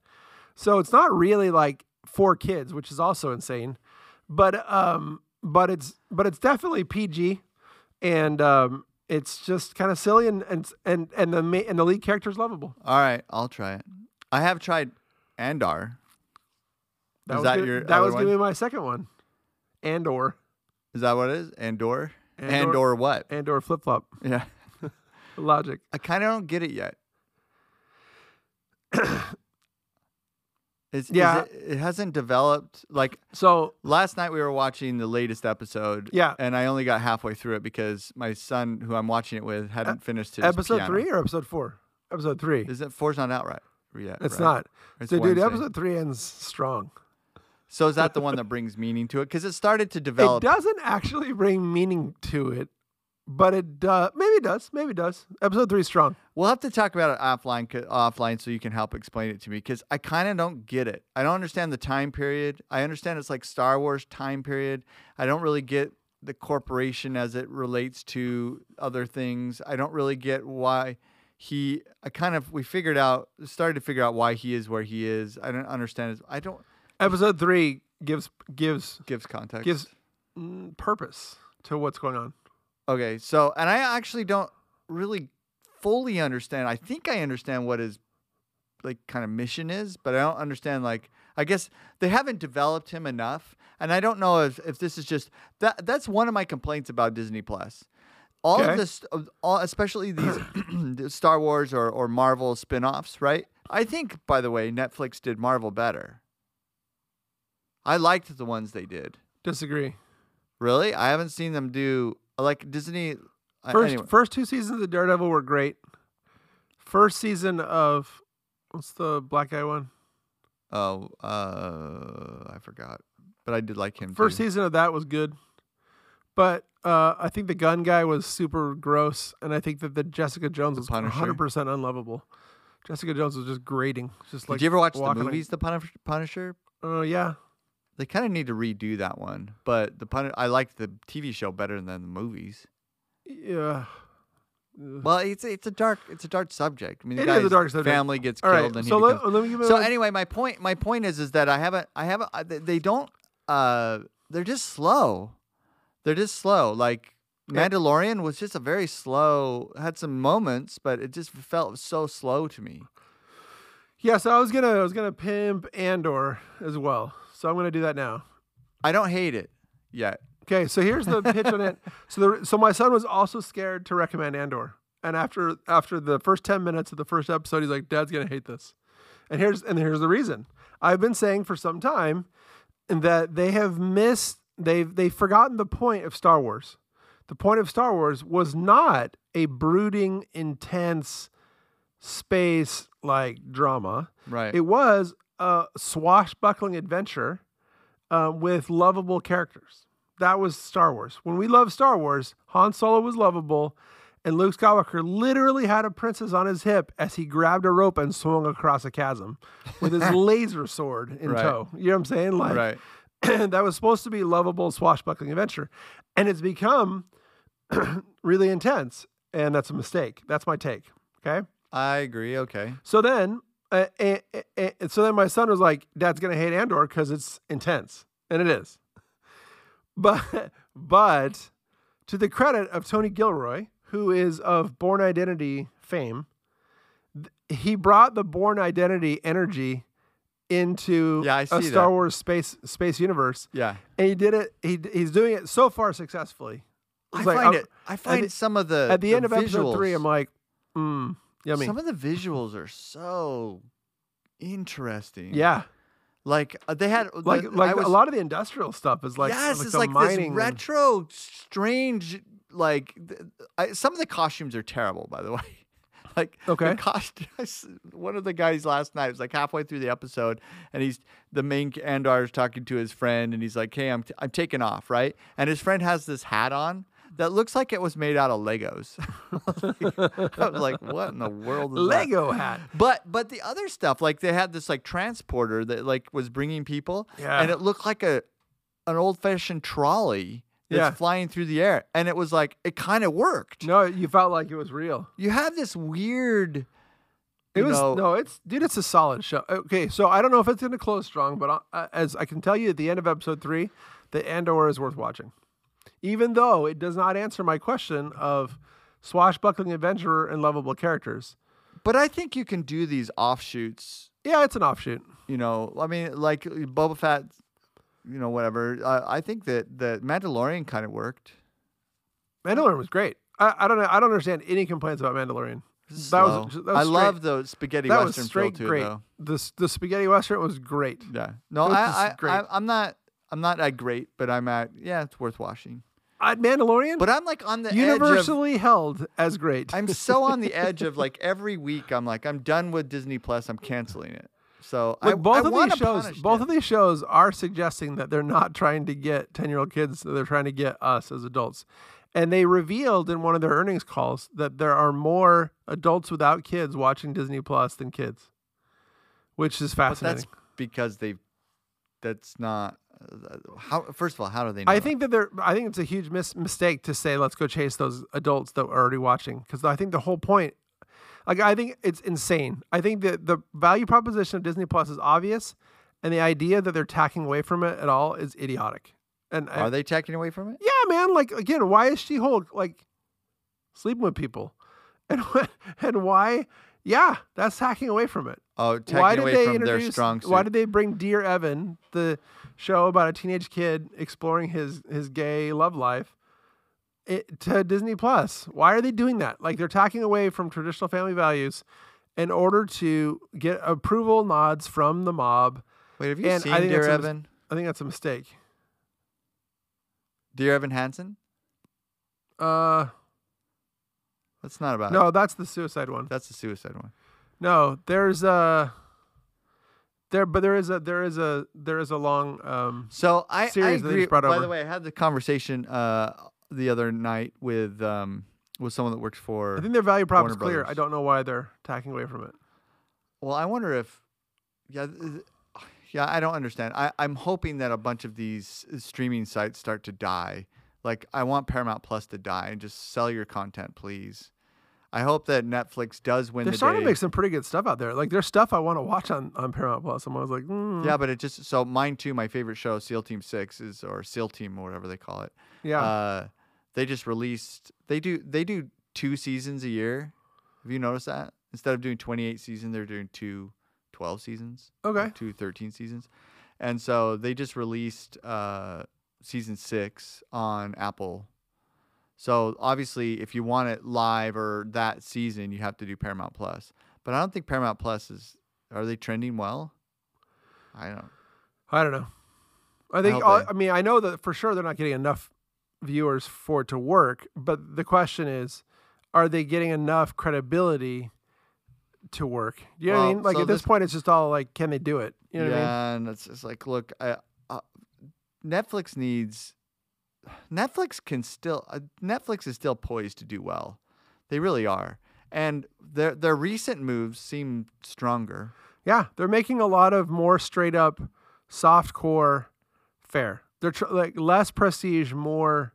Speaker 1: So it's not really like for kids, which is also insane. But um, but it's but it's definitely PG and um, it's just kind of silly, and and and and the ma- and the lead character is lovable.
Speaker 2: All right, I'll try it. I have tried Andar.
Speaker 1: That
Speaker 2: Is
Speaker 1: was
Speaker 2: that
Speaker 1: gonna,
Speaker 2: your
Speaker 1: that
Speaker 2: other
Speaker 1: was gonna
Speaker 2: one?
Speaker 1: be my second one, and or
Speaker 2: Is that what it is? Andor?
Speaker 1: Andor.
Speaker 2: Andor, what?
Speaker 1: and or flip flop
Speaker 2: Yeah.
Speaker 1: logic.
Speaker 2: I kind of don't get it yet. it's, is
Speaker 1: Yeah.
Speaker 2: it, it hasn't developed. Like
Speaker 1: So
Speaker 2: last night, we were watching the latest episode.
Speaker 1: Yeah.
Speaker 2: And I only got halfway through it because my son, who I'm watching it with, hadn't finished his
Speaker 1: E, episode
Speaker 2: piano.
Speaker 1: three or episode four? Episode three.
Speaker 2: Is it four's not out right yet?
Speaker 1: It's
Speaker 2: right?
Speaker 1: not.
Speaker 2: It's
Speaker 1: so, dude,
Speaker 2: Wednesday.
Speaker 1: episode three ends strong.
Speaker 2: So is that the one that brings meaning to it? Because it started to develop.
Speaker 1: It doesn't actually bring meaning to it, but it does. Maybe it does. Maybe it does. Episode three is strong.
Speaker 2: We'll have to talk about it offline, c- offline, so you can help explain it to me because I kind of don't get it. I don't understand the time period. I understand it's like Star Wars time period. I don't really get the corporation as it relates to other things. I don't really get why he. I kind of we figured out started to figure out why he is where he is. I don't understand. His, I don't
Speaker 1: Episode three gives gives
Speaker 2: gives context.
Speaker 1: gives mm, purpose to what's going on.
Speaker 2: Okay, so and I actually don't really fully understand. I think I understand what his like kind of mission is, but I don't understand like I guess they haven't developed him enough. And I don't know if, if this is just that that's one of my complaints about Disney Plus. All
Speaker 1: Okay.
Speaker 2: of this of all especially these the Star Wars or, or Marvel spin-offs, right? I think by the way, Netflix did Marvel better. I liked the ones they did.
Speaker 1: Disagree.
Speaker 2: Really? I haven't seen them do uh, like Disney. I-
Speaker 1: First
Speaker 2: Uh, anyway.
Speaker 1: first two seasons of Daredevil were great. First season of what's the black guy one?
Speaker 2: Oh, uh, I forgot. But I did like him.
Speaker 1: First
Speaker 2: too.
Speaker 1: season of that was good, but uh, I think the gun guy was super gross, and I think that the Jessica Jones was one
Speaker 2: Punisher?
Speaker 1: hundred percent unlovable. Jessica Jones was just grating, just like
Speaker 2: did you ever watch the
Speaker 1: walking on-
Speaker 2: movies, The Punish- Punisher?
Speaker 1: Oh yeah,
Speaker 2: They kind of need to redo that one. But the Pun- I liked the TV show better than the movies.
Speaker 1: yeah. Ugh.
Speaker 2: Well, it's it's a dark it's a dark subject. I mean, the
Speaker 1: Mm. It is a
Speaker 2: guy's
Speaker 1: dark subject.
Speaker 2: Family gets
Speaker 1: All
Speaker 2: killed,
Speaker 1: right,
Speaker 2: and he
Speaker 1: so
Speaker 2: becomes
Speaker 1: let, let me give you
Speaker 2: so
Speaker 1: my-
Speaker 2: anyway, my point my point is is that I haven't I haven't I- they- they don't uh they're just slow. They're just slow. Like
Speaker 1: Yeah.
Speaker 2: Mandalorian was just a very slow had some moments, but it just felt so slow to me.
Speaker 1: yeah. So I was gonna I was gonna pimp Andor as well, so I'm gonna do that now.
Speaker 2: I don't hate it yet.
Speaker 1: Okay, so here's the pitch on it. So the so my son was also scared to recommend Andor, and after after the first ten minutes of the first episode, he's like, "Dad's gonna hate this," and here's and here's the reason. I've been saying for some time that they have missed they've they've forgotten the point of Star Wars. The point of Star Wars was not a brooding, intense space like drama.
Speaker 2: Right.
Speaker 1: It was a swashbuckling adventure uh, with lovable characters. That was Star Wars. When we loved Star Wars, Han Solo was lovable, and Luke Skywalker literally had a princess on his hip as he grabbed a rope and swung across a chasm with his laser sword in
Speaker 2: Right.
Speaker 1: tow. You know what I'm saying? Like
Speaker 2: right.
Speaker 1: that was supposed to be lovable swashbuckling adventure, and it's become really intense, and that's a mistake. That's my take. Okay.
Speaker 2: I agree. Okay.
Speaker 1: So then, uh, eh, eh, eh, and so then my son was like, "Dad's gonna hate Andor because it's intense," and it is. But, but, to the credit of Tony Gilroy, who is of Born Identity fame, th- he brought the Born Identity energy into
Speaker 2: Yeah, I
Speaker 1: a Star
Speaker 2: see that.
Speaker 1: Wars space space universe,
Speaker 2: Yeah.
Speaker 1: and he did it. He, d- he's doing it so far successfully.
Speaker 2: I
Speaker 1: It's like,
Speaker 2: find
Speaker 1: I'm-
Speaker 2: it. oh, I find
Speaker 1: the-
Speaker 2: some of the
Speaker 1: at the, end of
Speaker 2: visuals-
Speaker 1: episode three. I'm like, mm, yummy.
Speaker 2: some of the visuals are so interesting.
Speaker 1: yeah.
Speaker 2: Like uh, they had
Speaker 1: like
Speaker 2: the- I
Speaker 1: like
Speaker 2: was,
Speaker 1: a lot of the industrial stuff is like
Speaker 2: yes, it's
Speaker 1: the
Speaker 2: like this
Speaker 1: mining and-
Speaker 2: retro, strange. Like th- I, some of the costumes are terrible, by the way. Like
Speaker 1: Okay.
Speaker 2: the cost, I s- one of the guys last night was like halfway through the episode, and he's the main Andar is talking to his friend, and he's like, "Hey, I'm t- I'm taking off, right?" And his friend has this hat on that looks like it was made out of Legos. Like, I was like, "What in the world?" Is that?"
Speaker 1: Lego hat.
Speaker 2: But but the other stuff, like they had this like transporter that like was bringing people,
Speaker 1: Yeah.
Speaker 2: and it looked like a an old fashioned trolley that's
Speaker 1: Yeah.
Speaker 2: flying through the air, and it was like it kind of worked.
Speaker 1: No, you felt like it was real.
Speaker 2: You have this weird.
Speaker 1: It
Speaker 2: you
Speaker 1: was
Speaker 2: know-
Speaker 1: no, it's dude, it's a solid show. Okay, so I don't know if it's going to close strong, but uh, as I can tell you at the end of episode three, the Andor is worth watching, even though it does not answer my question of swashbuckling adventurer, and lovable characters.
Speaker 2: But I think you can do these offshoots.
Speaker 1: Yeah, it's an offshoot.
Speaker 2: You know, I mean, like Boba Fett. You know, whatever. I, I think that the Mandalorian kind of worked.
Speaker 1: Mandalorian was great. I, I don't know. I don't understand any complaints about Mandalorian. That
Speaker 2: Slow.
Speaker 1: was, that was
Speaker 2: I
Speaker 1: straight-
Speaker 2: love the spaghetti
Speaker 1: that was
Speaker 2: western
Speaker 1: straight
Speaker 2: feel to it,
Speaker 1: great.
Speaker 2: though.
Speaker 1: The s- the spaghetti western was great.
Speaker 2: Yeah. No,
Speaker 1: It was just
Speaker 2: I, I,
Speaker 1: great.
Speaker 2: I, I'm not. I'm not at great, but I'm at yeah, it's worth watching.
Speaker 1: Uh, Mandalorian,
Speaker 2: But I'm like on the edge of,
Speaker 1: universally held as great.
Speaker 2: I'm so on the edge of like every week. I'm like I'm done with Disney Plus. I'm canceling it. So I,
Speaker 1: Look, both
Speaker 2: I
Speaker 1: of
Speaker 2: wanna
Speaker 1: these shows,
Speaker 2: punish
Speaker 1: both
Speaker 2: it.
Speaker 1: of these shows are suggesting that they're not trying to get ten-year-old kids; they're trying to get us as adults. And they revealed in one of their earnings calls that there are more adults without kids watching Disney Plus than kids, which is
Speaker 2: But that's
Speaker 1: fascinating.
Speaker 2: because they. That's not. uh, How first of all, how do they? Know
Speaker 1: I
Speaker 2: that?
Speaker 1: think that they're. I think it's a huge mis- mistake to say let's go chase those adults that are already watching because I think the whole point, like I think it's insane. I think that the value proposition of Disney Plus is obvious, and the idea that they're tacking away from it at all is idiotic. And I-
Speaker 2: are they taking away from it?
Speaker 1: yeah, man. Like again, why is She Hulk like sleeping with people, and wh- and why? Yeah, that's hacking away from it.
Speaker 2: Oh, taking
Speaker 1: why did
Speaker 2: away
Speaker 1: they
Speaker 2: from their
Speaker 1: introduce?
Speaker 2: strong suit.
Speaker 1: Why did they bring Dear Evan, the show about a teenage kid exploring his his gay love life, it, to Disney Plus? Why are they doing that? Like they're tacking away from traditional family values in order to get approval nods from the mob.
Speaker 2: Wait, have you
Speaker 1: and
Speaker 2: seen
Speaker 1: I think
Speaker 2: Dear
Speaker 1: that's a mis-
Speaker 2: Evan?
Speaker 1: I think that's a mistake.
Speaker 2: Dear Evan Hansen?
Speaker 1: Uh,
Speaker 2: That's not about. it.
Speaker 1: no, that's the suicide one.
Speaker 2: that's the suicide one.
Speaker 1: No, there's a there, but there is a there is a there is a long. Um,
Speaker 2: So I, I
Speaker 1: series that they
Speaker 2: agree.
Speaker 1: just brought
Speaker 2: By
Speaker 1: over.
Speaker 2: the way, I had the conversation uh, the other night with um, with someone that works for.
Speaker 1: I think their value prop
Speaker 2: Warner
Speaker 1: is clear. I
Speaker 2: Brothers.
Speaker 1: don't know why they're tacking away from it.
Speaker 2: well, I wonder if, yeah, th- th- yeah, I don't understand. I, I'm hoping that a bunch of these streaming sites start to die. Like I want Paramount Plus to die and just sell your content, please. I hope that Netflix does win
Speaker 1: They're
Speaker 2: the
Speaker 1: starting
Speaker 2: day.
Speaker 1: to make some pretty good stuff out there. Like there's stuff I want to watch on on Paramount Plus. I'm always like, mm,
Speaker 2: yeah, but it just so mine too. My favorite show, SEAL Team Six, is or SEAL Team or whatever they call it.
Speaker 1: yeah.
Speaker 2: Uh, they just released. They do. They do two seasons a year. Have you noticed that? Instead of doing 28 seasons, they're doing two 12 seasons. or
Speaker 1: Okay.
Speaker 2: Two 13 seasons, and so they just released uh, season six on Apple. So obviously, if you want it live or that season, you have to do Paramount Plus. But I don't think Paramount Plus is. Are they trending well? I don't.
Speaker 1: I don't know. I think
Speaker 2: hope
Speaker 1: all,
Speaker 2: they-
Speaker 1: I mean I know that for sure they're not getting enough viewers for it to work. But the question is, are they getting enough credibility to work? You know what I
Speaker 2: Well,
Speaker 1: mean? Like
Speaker 2: so
Speaker 1: at this,
Speaker 2: this-
Speaker 1: point, it's just all like, can they do it? You know
Speaker 2: yeah,
Speaker 1: what I mean?
Speaker 2: and it's just like, look, I, uh, Netflix needs. Netflix can still. Uh, Netflix is still poised to do well. They really are, and their their recent moves seem stronger.
Speaker 1: Yeah, they're making a lot of more straight up soft core fare. They're tr- like less prestige, more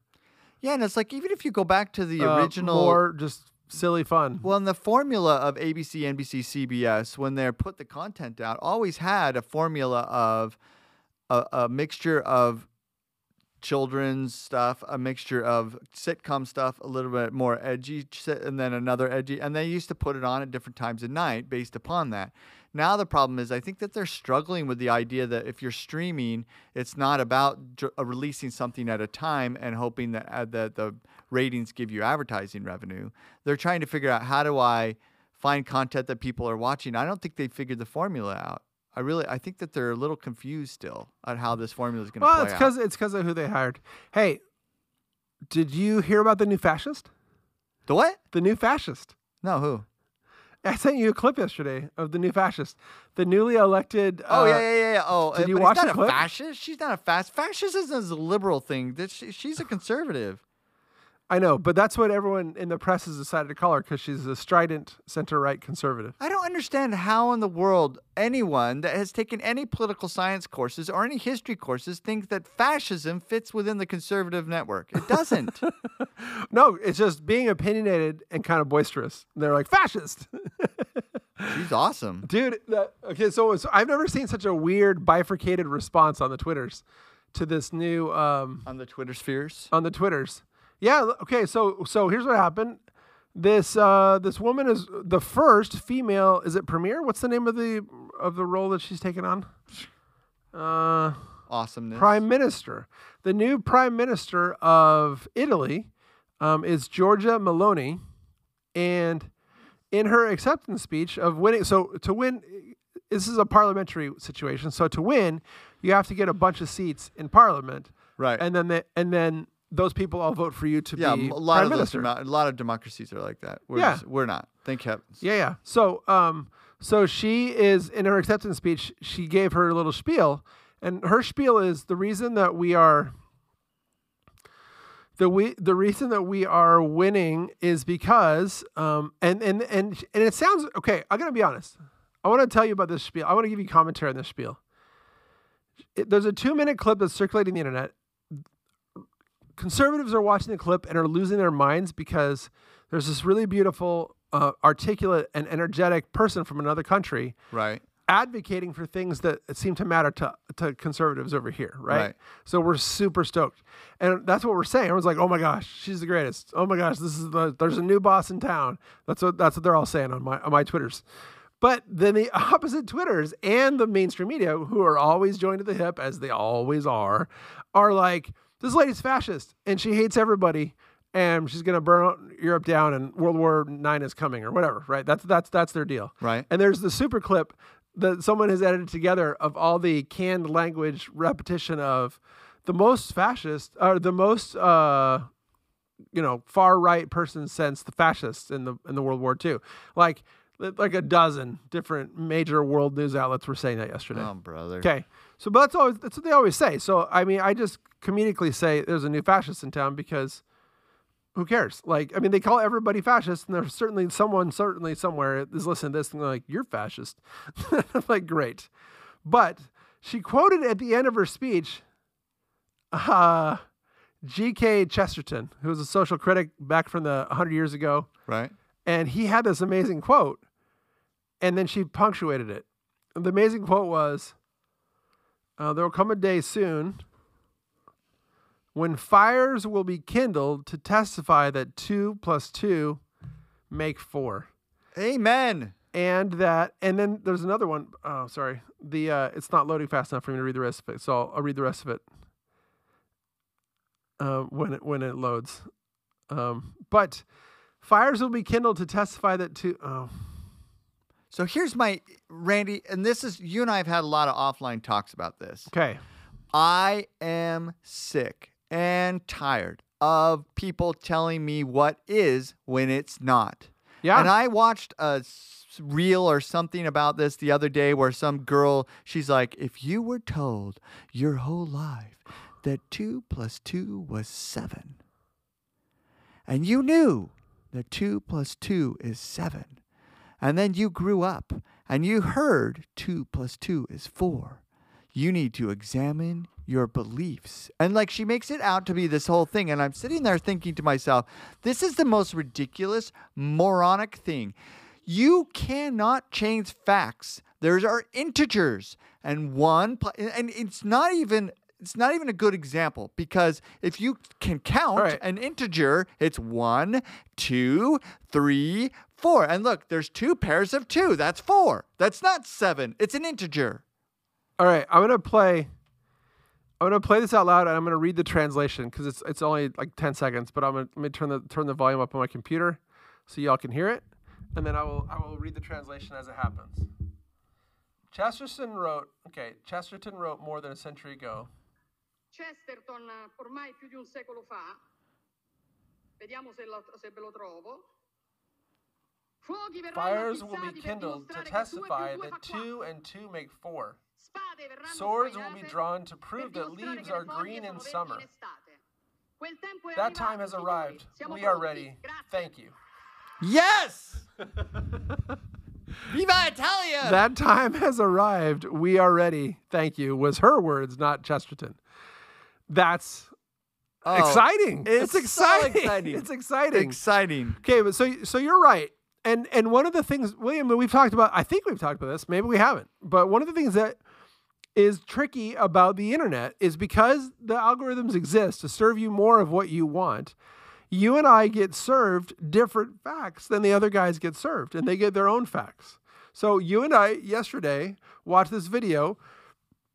Speaker 2: Yeah, and it's like even if you go back to the
Speaker 1: uh,
Speaker 2: original.
Speaker 1: more just silly fun.
Speaker 2: well, and the formula of ABC, NBC, CBS, when they put the content out, always had a formula of a, a mixture of children's stuff, a mixture of sitcom stuff, a little bit more edgy, ch- and then another edgy. And they used to put it on at different times of night based upon that. Now the problem is, I think that they're struggling with the idea that if you're streaming, it's not about dr- uh, releasing something at a time and hoping that uh, that the ratings give you advertising revenue. They're trying to figure out how do I find content that people are watching. I don't think they figured the formula out. I really, I think that they're a little confused still on how this formula is going to
Speaker 1: Well,
Speaker 2: play
Speaker 1: it's
Speaker 2: out.
Speaker 1: because it's because of who they hired. Hey, did you hear about the new fascist?
Speaker 2: The what?
Speaker 1: The new fascist.
Speaker 2: No, who?
Speaker 1: I sent you a clip yesterday of the new fascist, the newly elected.
Speaker 2: Oh yeah,
Speaker 1: uh,
Speaker 2: yeah, yeah, yeah. Oh,
Speaker 1: did
Speaker 2: uh,
Speaker 1: you
Speaker 2: but
Speaker 1: watch
Speaker 2: it's
Speaker 1: the
Speaker 2: not a
Speaker 1: clip?
Speaker 2: fascist? She's not a fast. Fascist is a liberal thing. That she, she's a conservative.
Speaker 1: I know, but that's what everyone in the press has decided to call her because she's a strident center right conservative.
Speaker 2: I don't understand how in the world anyone that has taken any political science courses or any history courses thinks that fascism fits within the conservative network. It doesn't.
Speaker 1: No, it's just being opinionated and kind of boisterous. They're like fascist.
Speaker 2: she's awesome.
Speaker 1: dude the, okay so it's, i've never seen such a weird bifurcated response on the twitters to this new um
Speaker 2: On the Twitter spheres.
Speaker 1: on the twitters yeah l- okay so so here's what happened This uh, this woman is the first female. Is it premiere? What's the name of the of the role that she's taken on? Uh,
Speaker 2: Awesomeness.
Speaker 1: prime minister. The new prime minister of Italy um, is Giorgia Maloney, and in her acceptance speech of winning, so to win, this is a parliamentary situation. So to win, you have to get a bunch of seats in parliament,
Speaker 2: Right.
Speaker 1: and then they, and then those people all vote for you to
Speaker 2: yeah,
Speaker 1: be
Speaker 2: m- a lot
Speaker 1: prime
Speaker 2: of those
Speaker 1: minister.
Speaker 2: demo- a lot of democracies are like that. We're
Speaker 1: Yeah.
Speaker 2: just- we're not. Thank heavens.
Speaker 1: Yeah, yeah. So, um, so she is in her acceptance speech. She gave her little spiel, and her spiel is the reason that we are the we the reason that we are winning is because um and and and and it sounds okay. I'm gonna be honest. I want to tell you about this spiel. I want to give you commentary on this spiel. It- there's a two minute clip that's circulating the internet. Conservatives are watching the clip and are losing their minds because there's this really beautiful, uh, articulate, and energetic person from another country
Speaker 2: Right.
Speaker 1: advocating for things that seem to matter to, to conservatives over here, right?
Speaker 2: Right.
Speaker 1: So we're super stoked. And that's what we're saying. Everyone's like, oh my gosh, she's the greatest. Oh my gosh, this is the there's a new boss in town. That's what that's what they're all saying on my on my Twitters. But then the opposite Twitters and the mainstream media, who are always joined at the hip as they always are, are like, this lady's fascist and she hates everybody and she's gonna burn Europe down and World War Nine is coming or whatever, right? That's that's that's their deal.
Speaker 2: Right.
Speaker 1: And there's the super clip that someone has edited together of all the canned language repetition of the most fascist or the most uh, you know far right person since the fascists in the in the World War II. Like like a dozen different major world news outlets were saying that yesterday.
Speaker 2: Oh, brother.
Speaker 1: Okay. So, but that's always that's what they always say. So, I mean, I just comedically say there's a new fascist in town because who cares? Like, I mean, they call everybody fascist, and there's certainly someone, certainly somewhere is listening to this and they're like, "You're fascist." like, great. But she quoted at the end of her speech, uh, G.K. Chesterton, who was a social critic back from the 100 years ago
Speaker 2: Right.
Speaker 1: and he had this amazing quote and then she punctuated it and the amazing quote was uh, there will come a day soon when fires will be kindled to testify that two plus two make four
Speaker 2: Amen.
Speaker 1: and that and then there's another one oh sorry the uh, it's not loading fast enough for me to read the rest of it so i'll, I'll read the rest of it uh, when it when it loads um, but fires will be kindled to testify that two oh
Speaker 2: So here's my Randy, and this is you and I have had a lot of offline talks about this.
Speaker 1: okay
Speaker 2: I am sick and tired of people telling me what is when it's not.
Speaker 1: Yeah.
Speaker 2: And I watched a s- reel or something about this the other day where some girl, she's like, if you were told your whole life that two plus two was seven, and you knew that two plus two is seven, and then you grew up and you heard two plus two is four. You need to examine your beliefs. And like she makes it out to be this whole thing. And I'm sitting there thinking to myself, this is the most ridiculous, moronic thing. You cannot change facts. There are integers, and one, pl- and it's not even. It's not even a good example because if you can count
Speaker 1: right.
Speaker 2: an integer, it's one, two, three, four. And look, there's two pairs of two. That's four. That's not seven. It's an integer.
Speaker 1: All right, I'm gonna play. I'm gonna play this out loud, and I'm gonna read the translation because it's it's only like ten seconds. But I'm gonna let me turn the turn the volume up on my computer so y'all can hear it, and then I will I will read the translation as it happens. Chesterton wrote. Okay, Chesterton wrote more than a century ago.
Speaker 3: Chesterton eh, ormai più di un secolo fa, vediamo se, lo- se ve lo trovo. Fuochi verranno
Speaker 1: Fires will be
Speaker 3: appizzati per
Speaker 1: kindled to
Speaker 3: dimostrare che due
Speaker 1: testify
Speaker 3: più due fa
Speaker 1: that two
Speaker 3: quattro.
Speaker 1: and two make four.
Speaker 3: Spade verranno
Speaker 1: Swords will be
Speaker 3: sguainate
Speaker 1: drawn to
Speaker 3: per
Speaker 1: prove that
Speaker 3: dimostrare
Speaker 1: leaves
Speaker 3: che le
Speaker 1: are
Speaker 3: foglie
Speaker 1: green
Speaker 3: sono
Speaker 1: in
Speaker 3: verdi
Speaker 1: summer.
Speaker 3: in estate. Quel tempo è
Speaker 1: That
Speaker 3: arrivato,
Speaker 1: time has
Speaker 3: signori.
Speaker 1: arrived.
Speaker 3: Siamo
Speaker 1: We are
Speaker 3: pronti.
Speaker 1: ready.
Speaker 3: Grazie.
Speaker 1: Thank you.
Speaker 2: Yes! Viva Italia!
Speaker 1: that time has arrived. We are ready. Thank you. Was her words, not Chesterton. That's
Speaker 2: Oh,
Speaker 1: exciting.
Speaker 2: it's
Speaker 1: It's,
Speaker 2: so
Speaker 1: exciting.
Speaker 2: exciting.
Speaker 1: It's exciting.
Speaker 2: Exciting.
Speaker 1: okay, but so so you're right. And and one of the things, William, that we've talked about, I think we've talked about this, maybe we haven't, but one of the things that is tricky about the internet is because the algorithms exist to serve you more of what you want, you and I get served different facts than the other guys get served, and they get their own facts. So you and I yesterday watched this video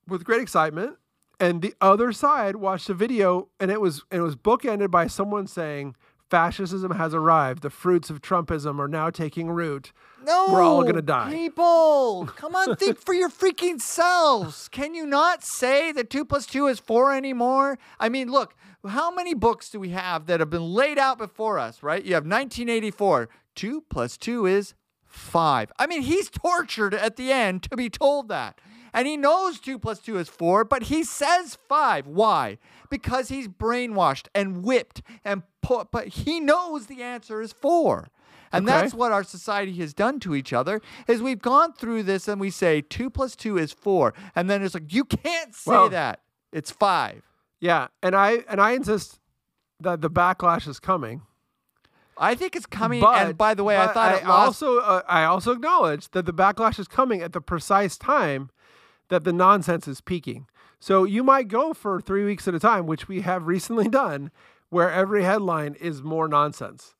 Speaker 1: with great excitement, and the other side watched a video, and it was and it was bookended by someone saying. Fascism has arrived. The fruits of Trumpism are now taking root.
Speaker 2: No,
Speaker 1: We're all gonna die.
Speaker 2: People, come on, think for your freaking selves. Can you not say that two plus two is four anymore? I mean, look, how many books do we have that have been laid out before us? Right? You have 1984. Two plus two is five. I mean, he's tortured at the end to be told that. And he knows two plus two is four, but he says five. Why? Because he's brainwashed and whipped and put, but he knows the answer is four. And
Speaker 1: Okay.
Speaker 2: that's what our society has done to each other is we've gone through this and we say two plus two is four. And then it's like, you can't say
Speaker 1: Well-
Speaker 2: that. It's five.
Speaker 1: Yeah, and I and I insist that the backlash is coming.
Speaker 2: I think it's coming.
Speaker 1: But
Speaker 2: and by the way, I
Speaker 1: but
Speaker 2: thought
Speaker 1: I
Speaker 2: it lost.
Speaker 1: also uh, I also acknowledge that the backlash is coming at the precise time that the nonsense is peaking. So you might go for three weeks at a time, which we have recently done, where every headline is more nonsense.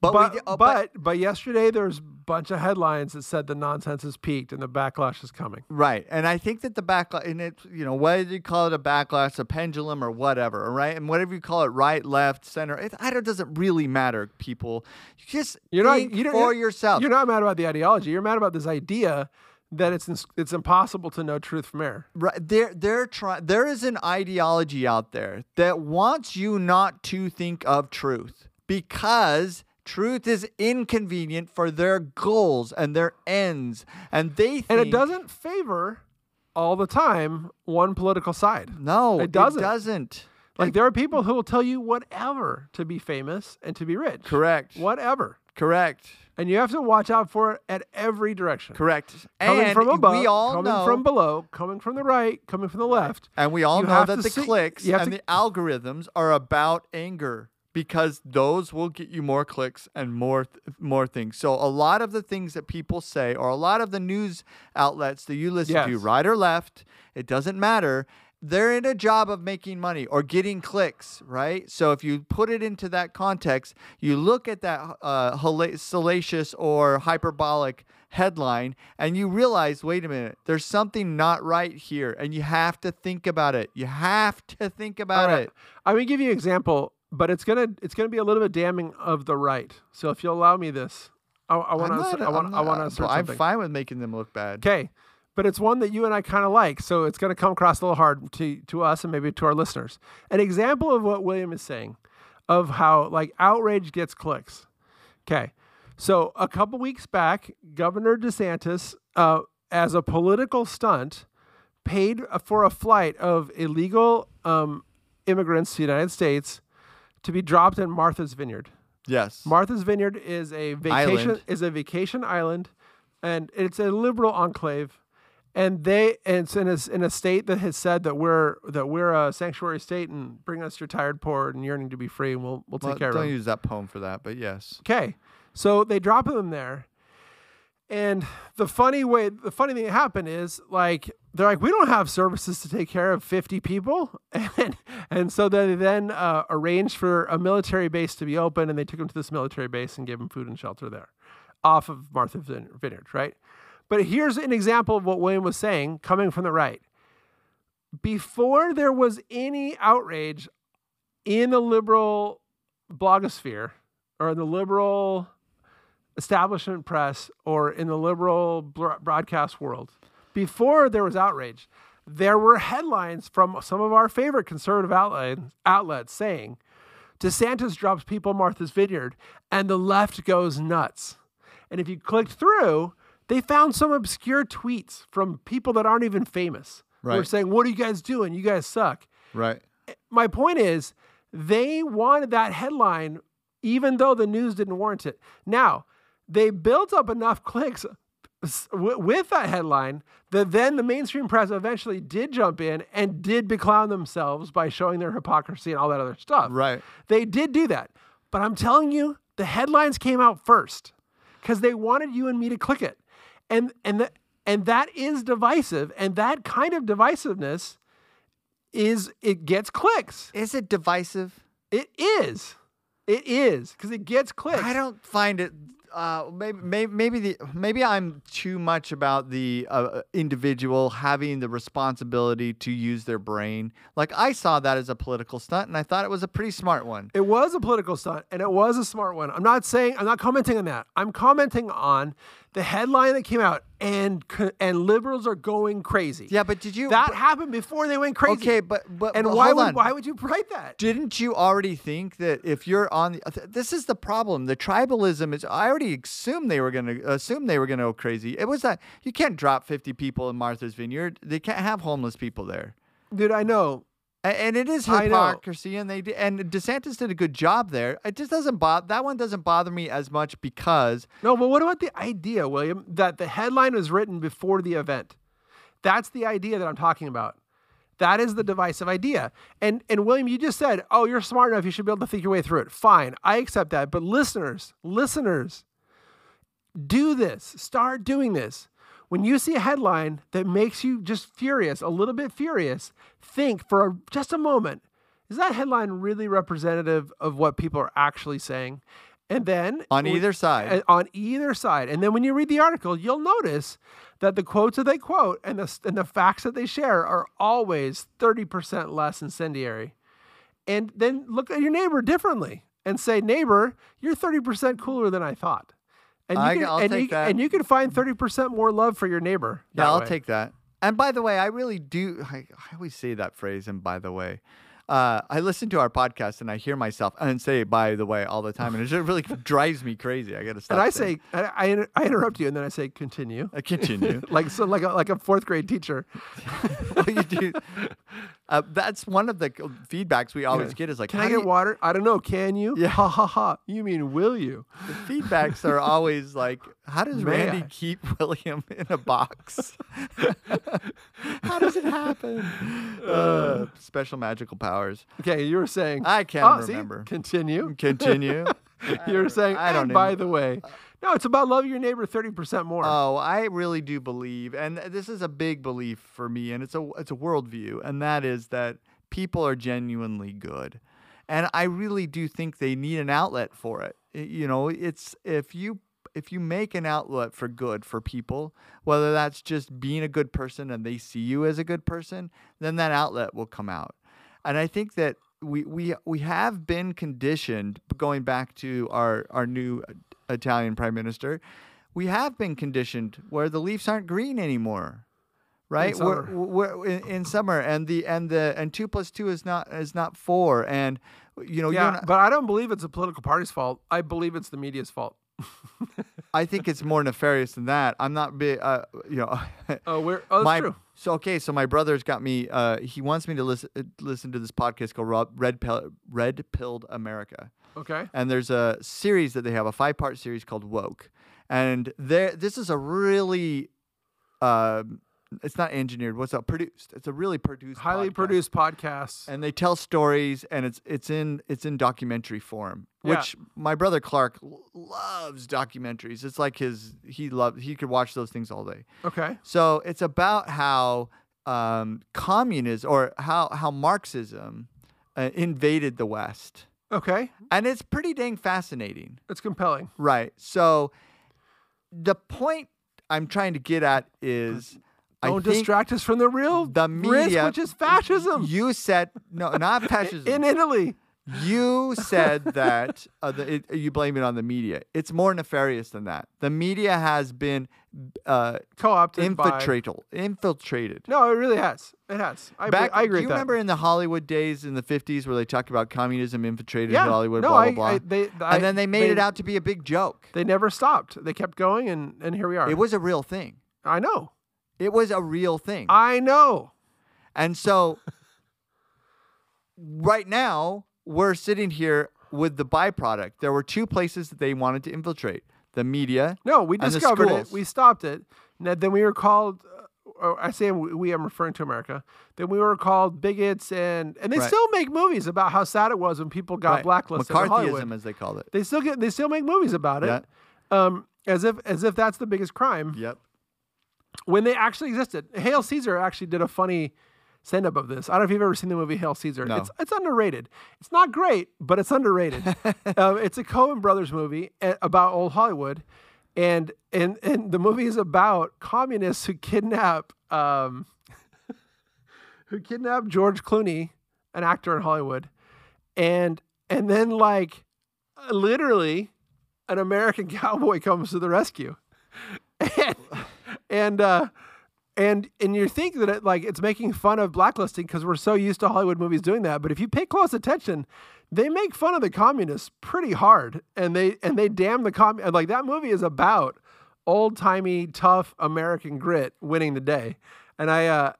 Speaker 2: but, we
Speaker 1: But
Speaker 2: di- oh,
Speaker 1: but, but yesterday there's a bunch of headlines that said the nonsense has peaked and the backlash is coming.
Speaker 2: Right. And I think that the backlash, and it's, you know, whether you call it a backlash, a pendulum, or whatever, all right? And whatever you call it, right, left, center, it I don't, doesn't really matter, people. You just
Speaker 1: You're
Speaker 2: think
Speaker 1: not you don't-
Speaker 2: for
Speaker 1: you're-
Speaker 2: yourself.
Speaker 1: You're not mad about the ideology. You're mad about this idea that it's ins- it's impossible to know truth from error.
Speaker 2: Right. There, they're try- there is an ideology out there that wants you not to think of truth because truth is inconvenient for their goals and their ends. And they think.
Speaker 1: And it doesn't favor all the time one political side.
Speaker 2: No,
Speaker 1: It doesn't.
Speaker 2: It doesn't.
Speaker 1: Like there are people who will tell you whatever to be famous and to be rich.
Speaker 2: Correct.
Speaker 1: Whatever.
Speaker 2: Correct.
Speaker 1: And you have to watch out for it at every direction.
Speaker 2: Correct.
Speaker 1: Coming
Speaker 2: and
Speaker 1: from above,
Speaker 2: we all
Speaker 1: coming
Speaker 2: know,
Speaker 1: from below, coming from the right, coming from the left.
Speaker 2: and we all
Speaker 1: you
Speaker 2: know
Speaker 1: have
Speaker 2: that
Speaker 1: to
Speaker 2: the
Speaker 1: see-
Speaker 2: clicks
Speaker 1: you have
Speaker 2: and
Speaker 1: to-
Speaker 2: the algorithms are about anger because those will get you more clicks and more th- more things. So a lot of the things that people say or a lot of the news outlets that you listen to,
Speaker 1: Yes.
Speaker 2: right or left, it doesn't matter. They're in a job of making money or getting clicks, right? So if you put it into that context, you look at that uh, hala- salacious or hyperbolic headline and you realize, wait a minute, there's something not right here. And you have to think about it. You have to think about
Speaker 1: All right.
Speaker 2: it.
Speaker 1: I'm gonna give you an example, but it's gonna it's gonna be a little bit damning of the right. So if you'll allow me this, I, I want
Speaker 2: I'm
Speaker 1: to
Speaker 2: not-
Speaker 1: I want
Speaker 2: I'm
Speaker 1: I
Speaker 2: not-
Speaker 1: want to
Speaker 2: uh,
Speaker 1: assert
Speaker 2: I'm
Speaker 1: something.
Speaker 2: fine with making them look bad.
Speaker 1: Okay. But it's one that you and I kind of like. So it's going to come across a little hard to, to us and maybe to our listeners. An example of what William is saying of how like outrage gets clicks. Okay. So a couple weeks back, Governor DeSantis, uh, as a political stunt, paid for a flight of illegal um, immigrants to the United States to be dropped in Martha's Vineyard.
Speaker 2: Yes.
Speaker 1: Martha's Vineyard is a vacation
Speaker 2: Island.
Speaker 1: is a vacation island, and it's a liberal enclave, and they and it's in a, s- in a state that has said that we're that we're a sanctuary state and bring us your tired poor and yearning to be free and we'll we'll take
Speaker 2: Well,
Speaker 1: care of
Speaker 2: don't
Speaker 1: them.
Speaker 2: use that poem for that, but yes.
Speaker 1: Okay. So they drop them there. And the funny way, the funny thing that happened is like, they're like, we don't have services to take care of 50 people. And, and so they then uh, arranged for a military base to be open and they took them to this military base and gave them food and shelter there off of Martha Vin- Vineyard, right? But here's an example of what William was saying coming from the right. Before there was any outrage in the liberal blogosphere or in the liberal establishment press or in the liberal bro- broadcast world, before there was outrage, there were headlines from some of our favorite conservative outlets, outlets saying, DeSantis drops people Martha's Vineyard and the left goes nuts. And if you clicked through, they found some obscure tweets from people that aren't even famous. Right. Were
Speaker 2: Right.
Speaker 1: saying, What are you guys doing? You guys suck
Speaker 2: Right.
Speaker 1: my point is they wanted that headline even though the news didn't warrant it now they built up enough clicks s- wi- with that headline that then the mainstream press eventually did jump in and did beclown themselves by showing their hypocrisy and all that other stuff
Speaker 2: Right.
Speaker 1: they did do that but i'm telling you the headlines came out first because they wanted you and me to click it and and the, and that is divisive and that kind of divisiveness is it gets clicks
Speaker 2: Is it divisive?
Speaker 1: it is. It is because it gets clicks.
Speaker 2: I don't find it. Uh, maybe, maybe, maybe the maybe I'm too much about the uh, individual having the responsibility to use their brain. Like I saw that as a political stunt, and I thought it was a pretty smart one.
Speaker 1: It was a political stunt and it was a smart one. I'm not saying I'm not commenting on that. I'm commenting on the headline that came out and c- and liberals are going crazy.
Speaker 2: Yeah, but did you?
Speaker 1: that
Speaker 2: but-
Speaker 1: happened before they went crazy.
Speaker 2: Okay, but- but-
Speaker 1: and
Speaker 2: but
Speaker 1: why
Speaker 2: hold
Speaker 1: would
Speaker 2: on.
Speaker 1: why would you write that?
Speaker 2: Didn't you already think that if you're on the, th- this is the problem. The tribalism is. I already assumed they were going to assume they were going to go crazy. It was that you can't drop 50 people in Martha's Vineyard. They can't have homeless people there.
Speaker 1: Dude, I know.
Speaker 2: A- And it is
Speaker 1: I know.
Speaker 2: hypocrisy, and they d- and DeSantis did a good job there. It just doesn't bother that one doesn't bother me as much because
Speaker 1: No, but what about the idea, William, that the headline was written before the event? That's the idea that I'm talking about. That is the divisive idea. And and William, you just said, "Oh, you're smart enough. You should be able to think your way through it." Fine, I accept that. But listeners, listeners, do this. Start doing this. When you see a headline that makes you just furious, a little bit furious, think for a, just a moment, is that headline really representative of what people are actually saying? And then
Speaker 2: on
Speaker 1: when-
Speaker 2: either side,
Speaker 1: uh, on either side. And then when you read the article, you'll notice that the quotes that they quote and the, and the facts that they share are always 30% less incendiary. And then look at your neighbor differently and say, neighbor, you're 30% cooler than I thought. And you,
Speaker 2: I-
Speaker 1: can,
Speaker 2: I'll
Speaker 1: and,
Speaker 2: take
Speaker 1: you,
Speaker 2: that.
Speaker 1: and you can find 30% more love for your neighbor.
Speaker 2: yeah,
Speaker 1: that
Speaker 2: I'll
Speaker 1: way.
Speaker 2: take that. And by the way, I really do. I, I always say that phrase. And by the way, uh, I listen to our podcast and I hear myself and say by the way all the time, and it just really drives me crazy. I gotta stop.
Speaker 1: And I
Speaker 2: saying-
Speaker 1: say, I, I, inter- I interrupt you and then I say, continue.
Speaker 2: I continue.
Speaker 1: Like so, like a, like a fourth grade teacher.
Speaker 2: well, you do. Uh, that's one of the c- feedbacks we always get is like,
Speaker 1: Can
Speaker 2: how
Speaker 1: I
Speaker 2: do
Speaker 1: get
Speaker 2: you-
Speaker 1: water? I don't know. Can you?
Speaker 2: Yeah.
Speaker 1: Ha ha ha. You mean will you?
Speaker 2: The feedbacks are always like, how does
Speaker 1: May
Speaker 2: Randy
Speaker 1: I?
Speaker 2: keep William in a box? how does it happen? Uh, special magical powers.
Speaker 1: Okay, you were saying "Oh,
Speaker 2: I can't
Speaker 1: see?
Speaker 2: remember.
Speaker 1: Continue.
Speaker 2: Continue.
Speaker 1: you were saying.
Speaker 2: I
Speaker 1: I
Speaker 2: don't
Speaker 1: don't.
Speaker 2: even-
Speaker 1: By the way, no, it's about love your neighbor thirty percent more.
Speaker 2: Oh, I really do believe, and th- this is a big belief for me, and it's a it's a worldview, and that is that people are genuinely good, and I really do think they need an outlet for it. I- You know, it's if you if you make an outlet for good for people, whether that's just being a good person and they see you as a good person, then that outlet will come out. And I think that we we we have been conditioned going back to our our new uh, Italian prime minister. We have been conditioned where the leaves aren't green anymore, right? We're-
Speaker 1: summer.
Speaker 2: we're, in, in summer, and the and the and two plus two is not is not four, and you know
Speaker 1: yeah,
Speaker 2: you're not,
Speaker 1: but I don't believe it's a political party's fault. I believe it's the media's fault.
Speaker 2: I think it's more nefarious than that. I'm not bi- uh, you know.
Speaker 1: Oh, we're oh, that's
Speaker 2: my,
Speaker 1: true.
Speaker 2: So okay, so my brother's got me. Uh, he wants me to listen uh, listen to this podcast called Rob, Red Pill, Red Pilled America.
Speaker 1: Okay,
Speaker 2: and there's a series that they have a five part series called woke and there this is a really um it's not engineered what's up produced it's a really produced
Speaker 1: highly
Speaker 2: podcast.
Speaker 1: produced podcasts.
Speaker 2: and they tell stories and it's it's in it's in documentary form
Speaker 1: Yeah.
Speaker 2: which my brother clark l- loves documentaries it's like his he loved he could watch those things all day
Speaker 1: okay,
Speaker 2: so it's about how um communism or how how marxism uh, invaded the west
Speaker 1: okay,
Speaker 2: and it's pretty dang fascinating
Speaker 1: it's compelling.
Speaker 2: Right. So the point I'm trying to get at is I
Speaker 1: Don't
Speaker 2: think
Speaker 1: distract us from the real
Speaker 2: the
Speaker 1: risk,
Speaker 2: media
Speaker 1: which is fascism
Speaker 2: You said no, not fascism.
Speaker 1: in Italy.
Speaker 2: you said that uh, the, it, you blame it on the media. It's more nefarious than that. The media has been uh,
Speaker 1: Co-opted by.
Speaker 2: infiltrated. Infiltrated.
Speaker 1: No, it really has. It has. I,
Speaker 2: Back,
Speaker 1: I agree
Speaker 2: do
Speaker 1: with
Speaker 2: you
Speaker 1: that.
Speaker 2: remember in the Hollywood days in the 50s where they talked about communism infiltrated
Speaker 1: yeah.
Speaker 2: Hollywood,
Speaker 1: no,
Speaker 2: blah,
Speaker 1: I,
Speaker 2: blah,
Speaker 1: I,
Speaker 2: blah?
Speaker 1: they, I-
Speaker 2: and then they made it
Speaker 1: they-
Speaker 2: out to be a big joke.
Speaker 1: They never stopped. They kept going, and and here we are.
Speaker 2: It was a real thing.
Speaker 1: I know.
Speaker 2: It was a real thing.
Speaker 1: I know.
Speaker 2: And so right now we're sitting here with the byproduct. There were two places that they wanted to infiltrate. The media.
Speaker 1: No, we
Speaker 2: And the
Speaker 1: discovered it.
Speaker 2: schools.
Speaker 1: We stopped it. And then we were called. uh, Or I say we. we, I'm referring to America. Then we were called bigots, and and they
Speaker 2: Right.
Speaker 1: still make movies about how sad it was when people got
Speaker 2: Right.
Speaker 1: blacklisted. in Hollywood.
Speaker 2: McCarthyism as they called it.
Speaker 1: They still get. They still make movies about it. Um, as if as if that's the biggest crime
Speaker 2: Yep.
Speaker 1: when they actually existed. Hail Caesar actually did a funny stand up of this. I don't know if you've ever seen the movie Hail Caesar.
Speaker 2: No.
Speaker 1: It's, it's underrated. It's not great, but it's underrated. um, it's a Coen Brothers movie a- about old Hollywood. And, and, and the movie is about communists who kidnap um, who kidnap George Clooney, an actor in Hollywood, and and then like literally an American cowboy comes to the rescue. and and uh and and you think that it like it's making fun of blacklisting because we're so used to Hollywood movies doing that. But if you pay close attention, they make fun of the communists pretty hard, and they and they damn the com and, like that movie is about old timey tough American grit winning the day, and I uh,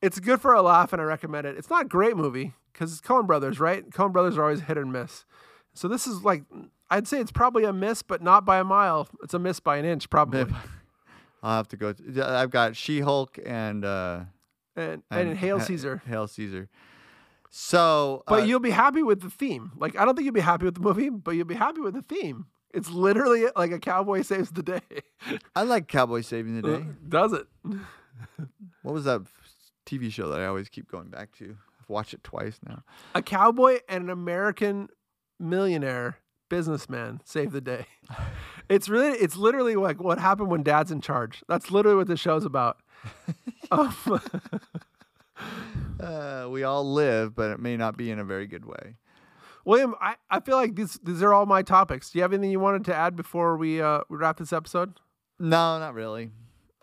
Speaker 1: it's good for a laugh and I recommend it. It's not a great movie because it's Coen Brothers, right? Coen Brothers are always hit and miss, so this is like I'd say it's probably a miss, but not by a mile. It's a miss by an inch probably.
Speaker 2: I'll have to go. To, I've got She Hulk and uh,
Speaker 1: And and, and Hail
Speaker 2: Ha-
Speaker 1: Caesar.
Speaker 2: Hail Caesar. So,
Speaker 1: But
Speaker 2: uh,
Speaker 1: you'll be happy with the theme. Like I don't think you'll be happy with the movie, but you'll be happy with the theme. It's literally like a cowboy saves the day.
Speaker 2: I like Cowboy Saving
Speaker 1: Uh,
Speaker 2: the Day.
Speaker 1: Does it?
Speaker 2: What was that f- TV show that I always keep going back to? I've watched it twice now.
Speaker 1: A cowboy and an American millionaire businessman save the day. It's really it's literally like what happened when dad's in charge. That's literally what the show's about. um,
Speaker 2: Uh, we all live, but it may not be in a very good way.
Speaker 1: William, I, I feel like these these are all my topics. Do you have anything you wanted to add before we uh, we wrap this episode?
Speaker 2: No, not really.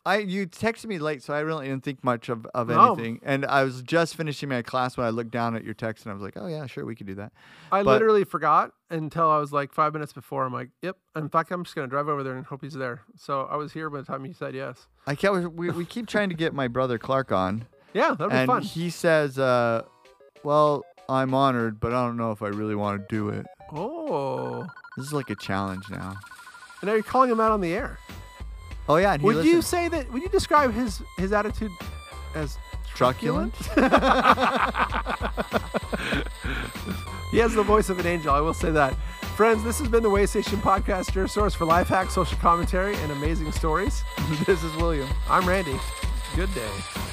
Speaker 2: I you texted me late, so I really didn't think much of, of
Speaker 1: No.
Speaker 2: anything. And I was just finishing my class when I looked down at your text, and I was like, "Oh yeah, sure, we could do that."
Speaker 1: I
Speaker 2: But-
Speaker 1: literally forgot until I was like five minutes before. I'm like, yep. In fact, I'm just gonna drive over there and hope he's there. So I was here by the time you said yes.
Speaker 2: I can't, we, we keep trying to get my brother Clark on,
Speaker 1: Yeah, that'd be
Speaker 2: and
Speaker 1: fun.
Speaker 2: he says, uh, "Well, I'm honored, but I don't know if I really want to do it."
Speaker 1: oh,
Speaker 2: This is like a challenge now.
Speaker 1: and now you're calling him out on the air.
Speaker 2: Oh yeah, and he
Speaker 1: would you
Speaker 2: listens.
Speaker 1: say that? Would you describe his his attitude as
Speaker 2: truculent?
Speaker 1: He has the voice of an angel, I will say that. Friends, this has been the Waystation Podcast, your source for life hacks, social commentary, and amazing stories.
Speaker 2: this is William.
Speaker 1: I'm Randy. Good day.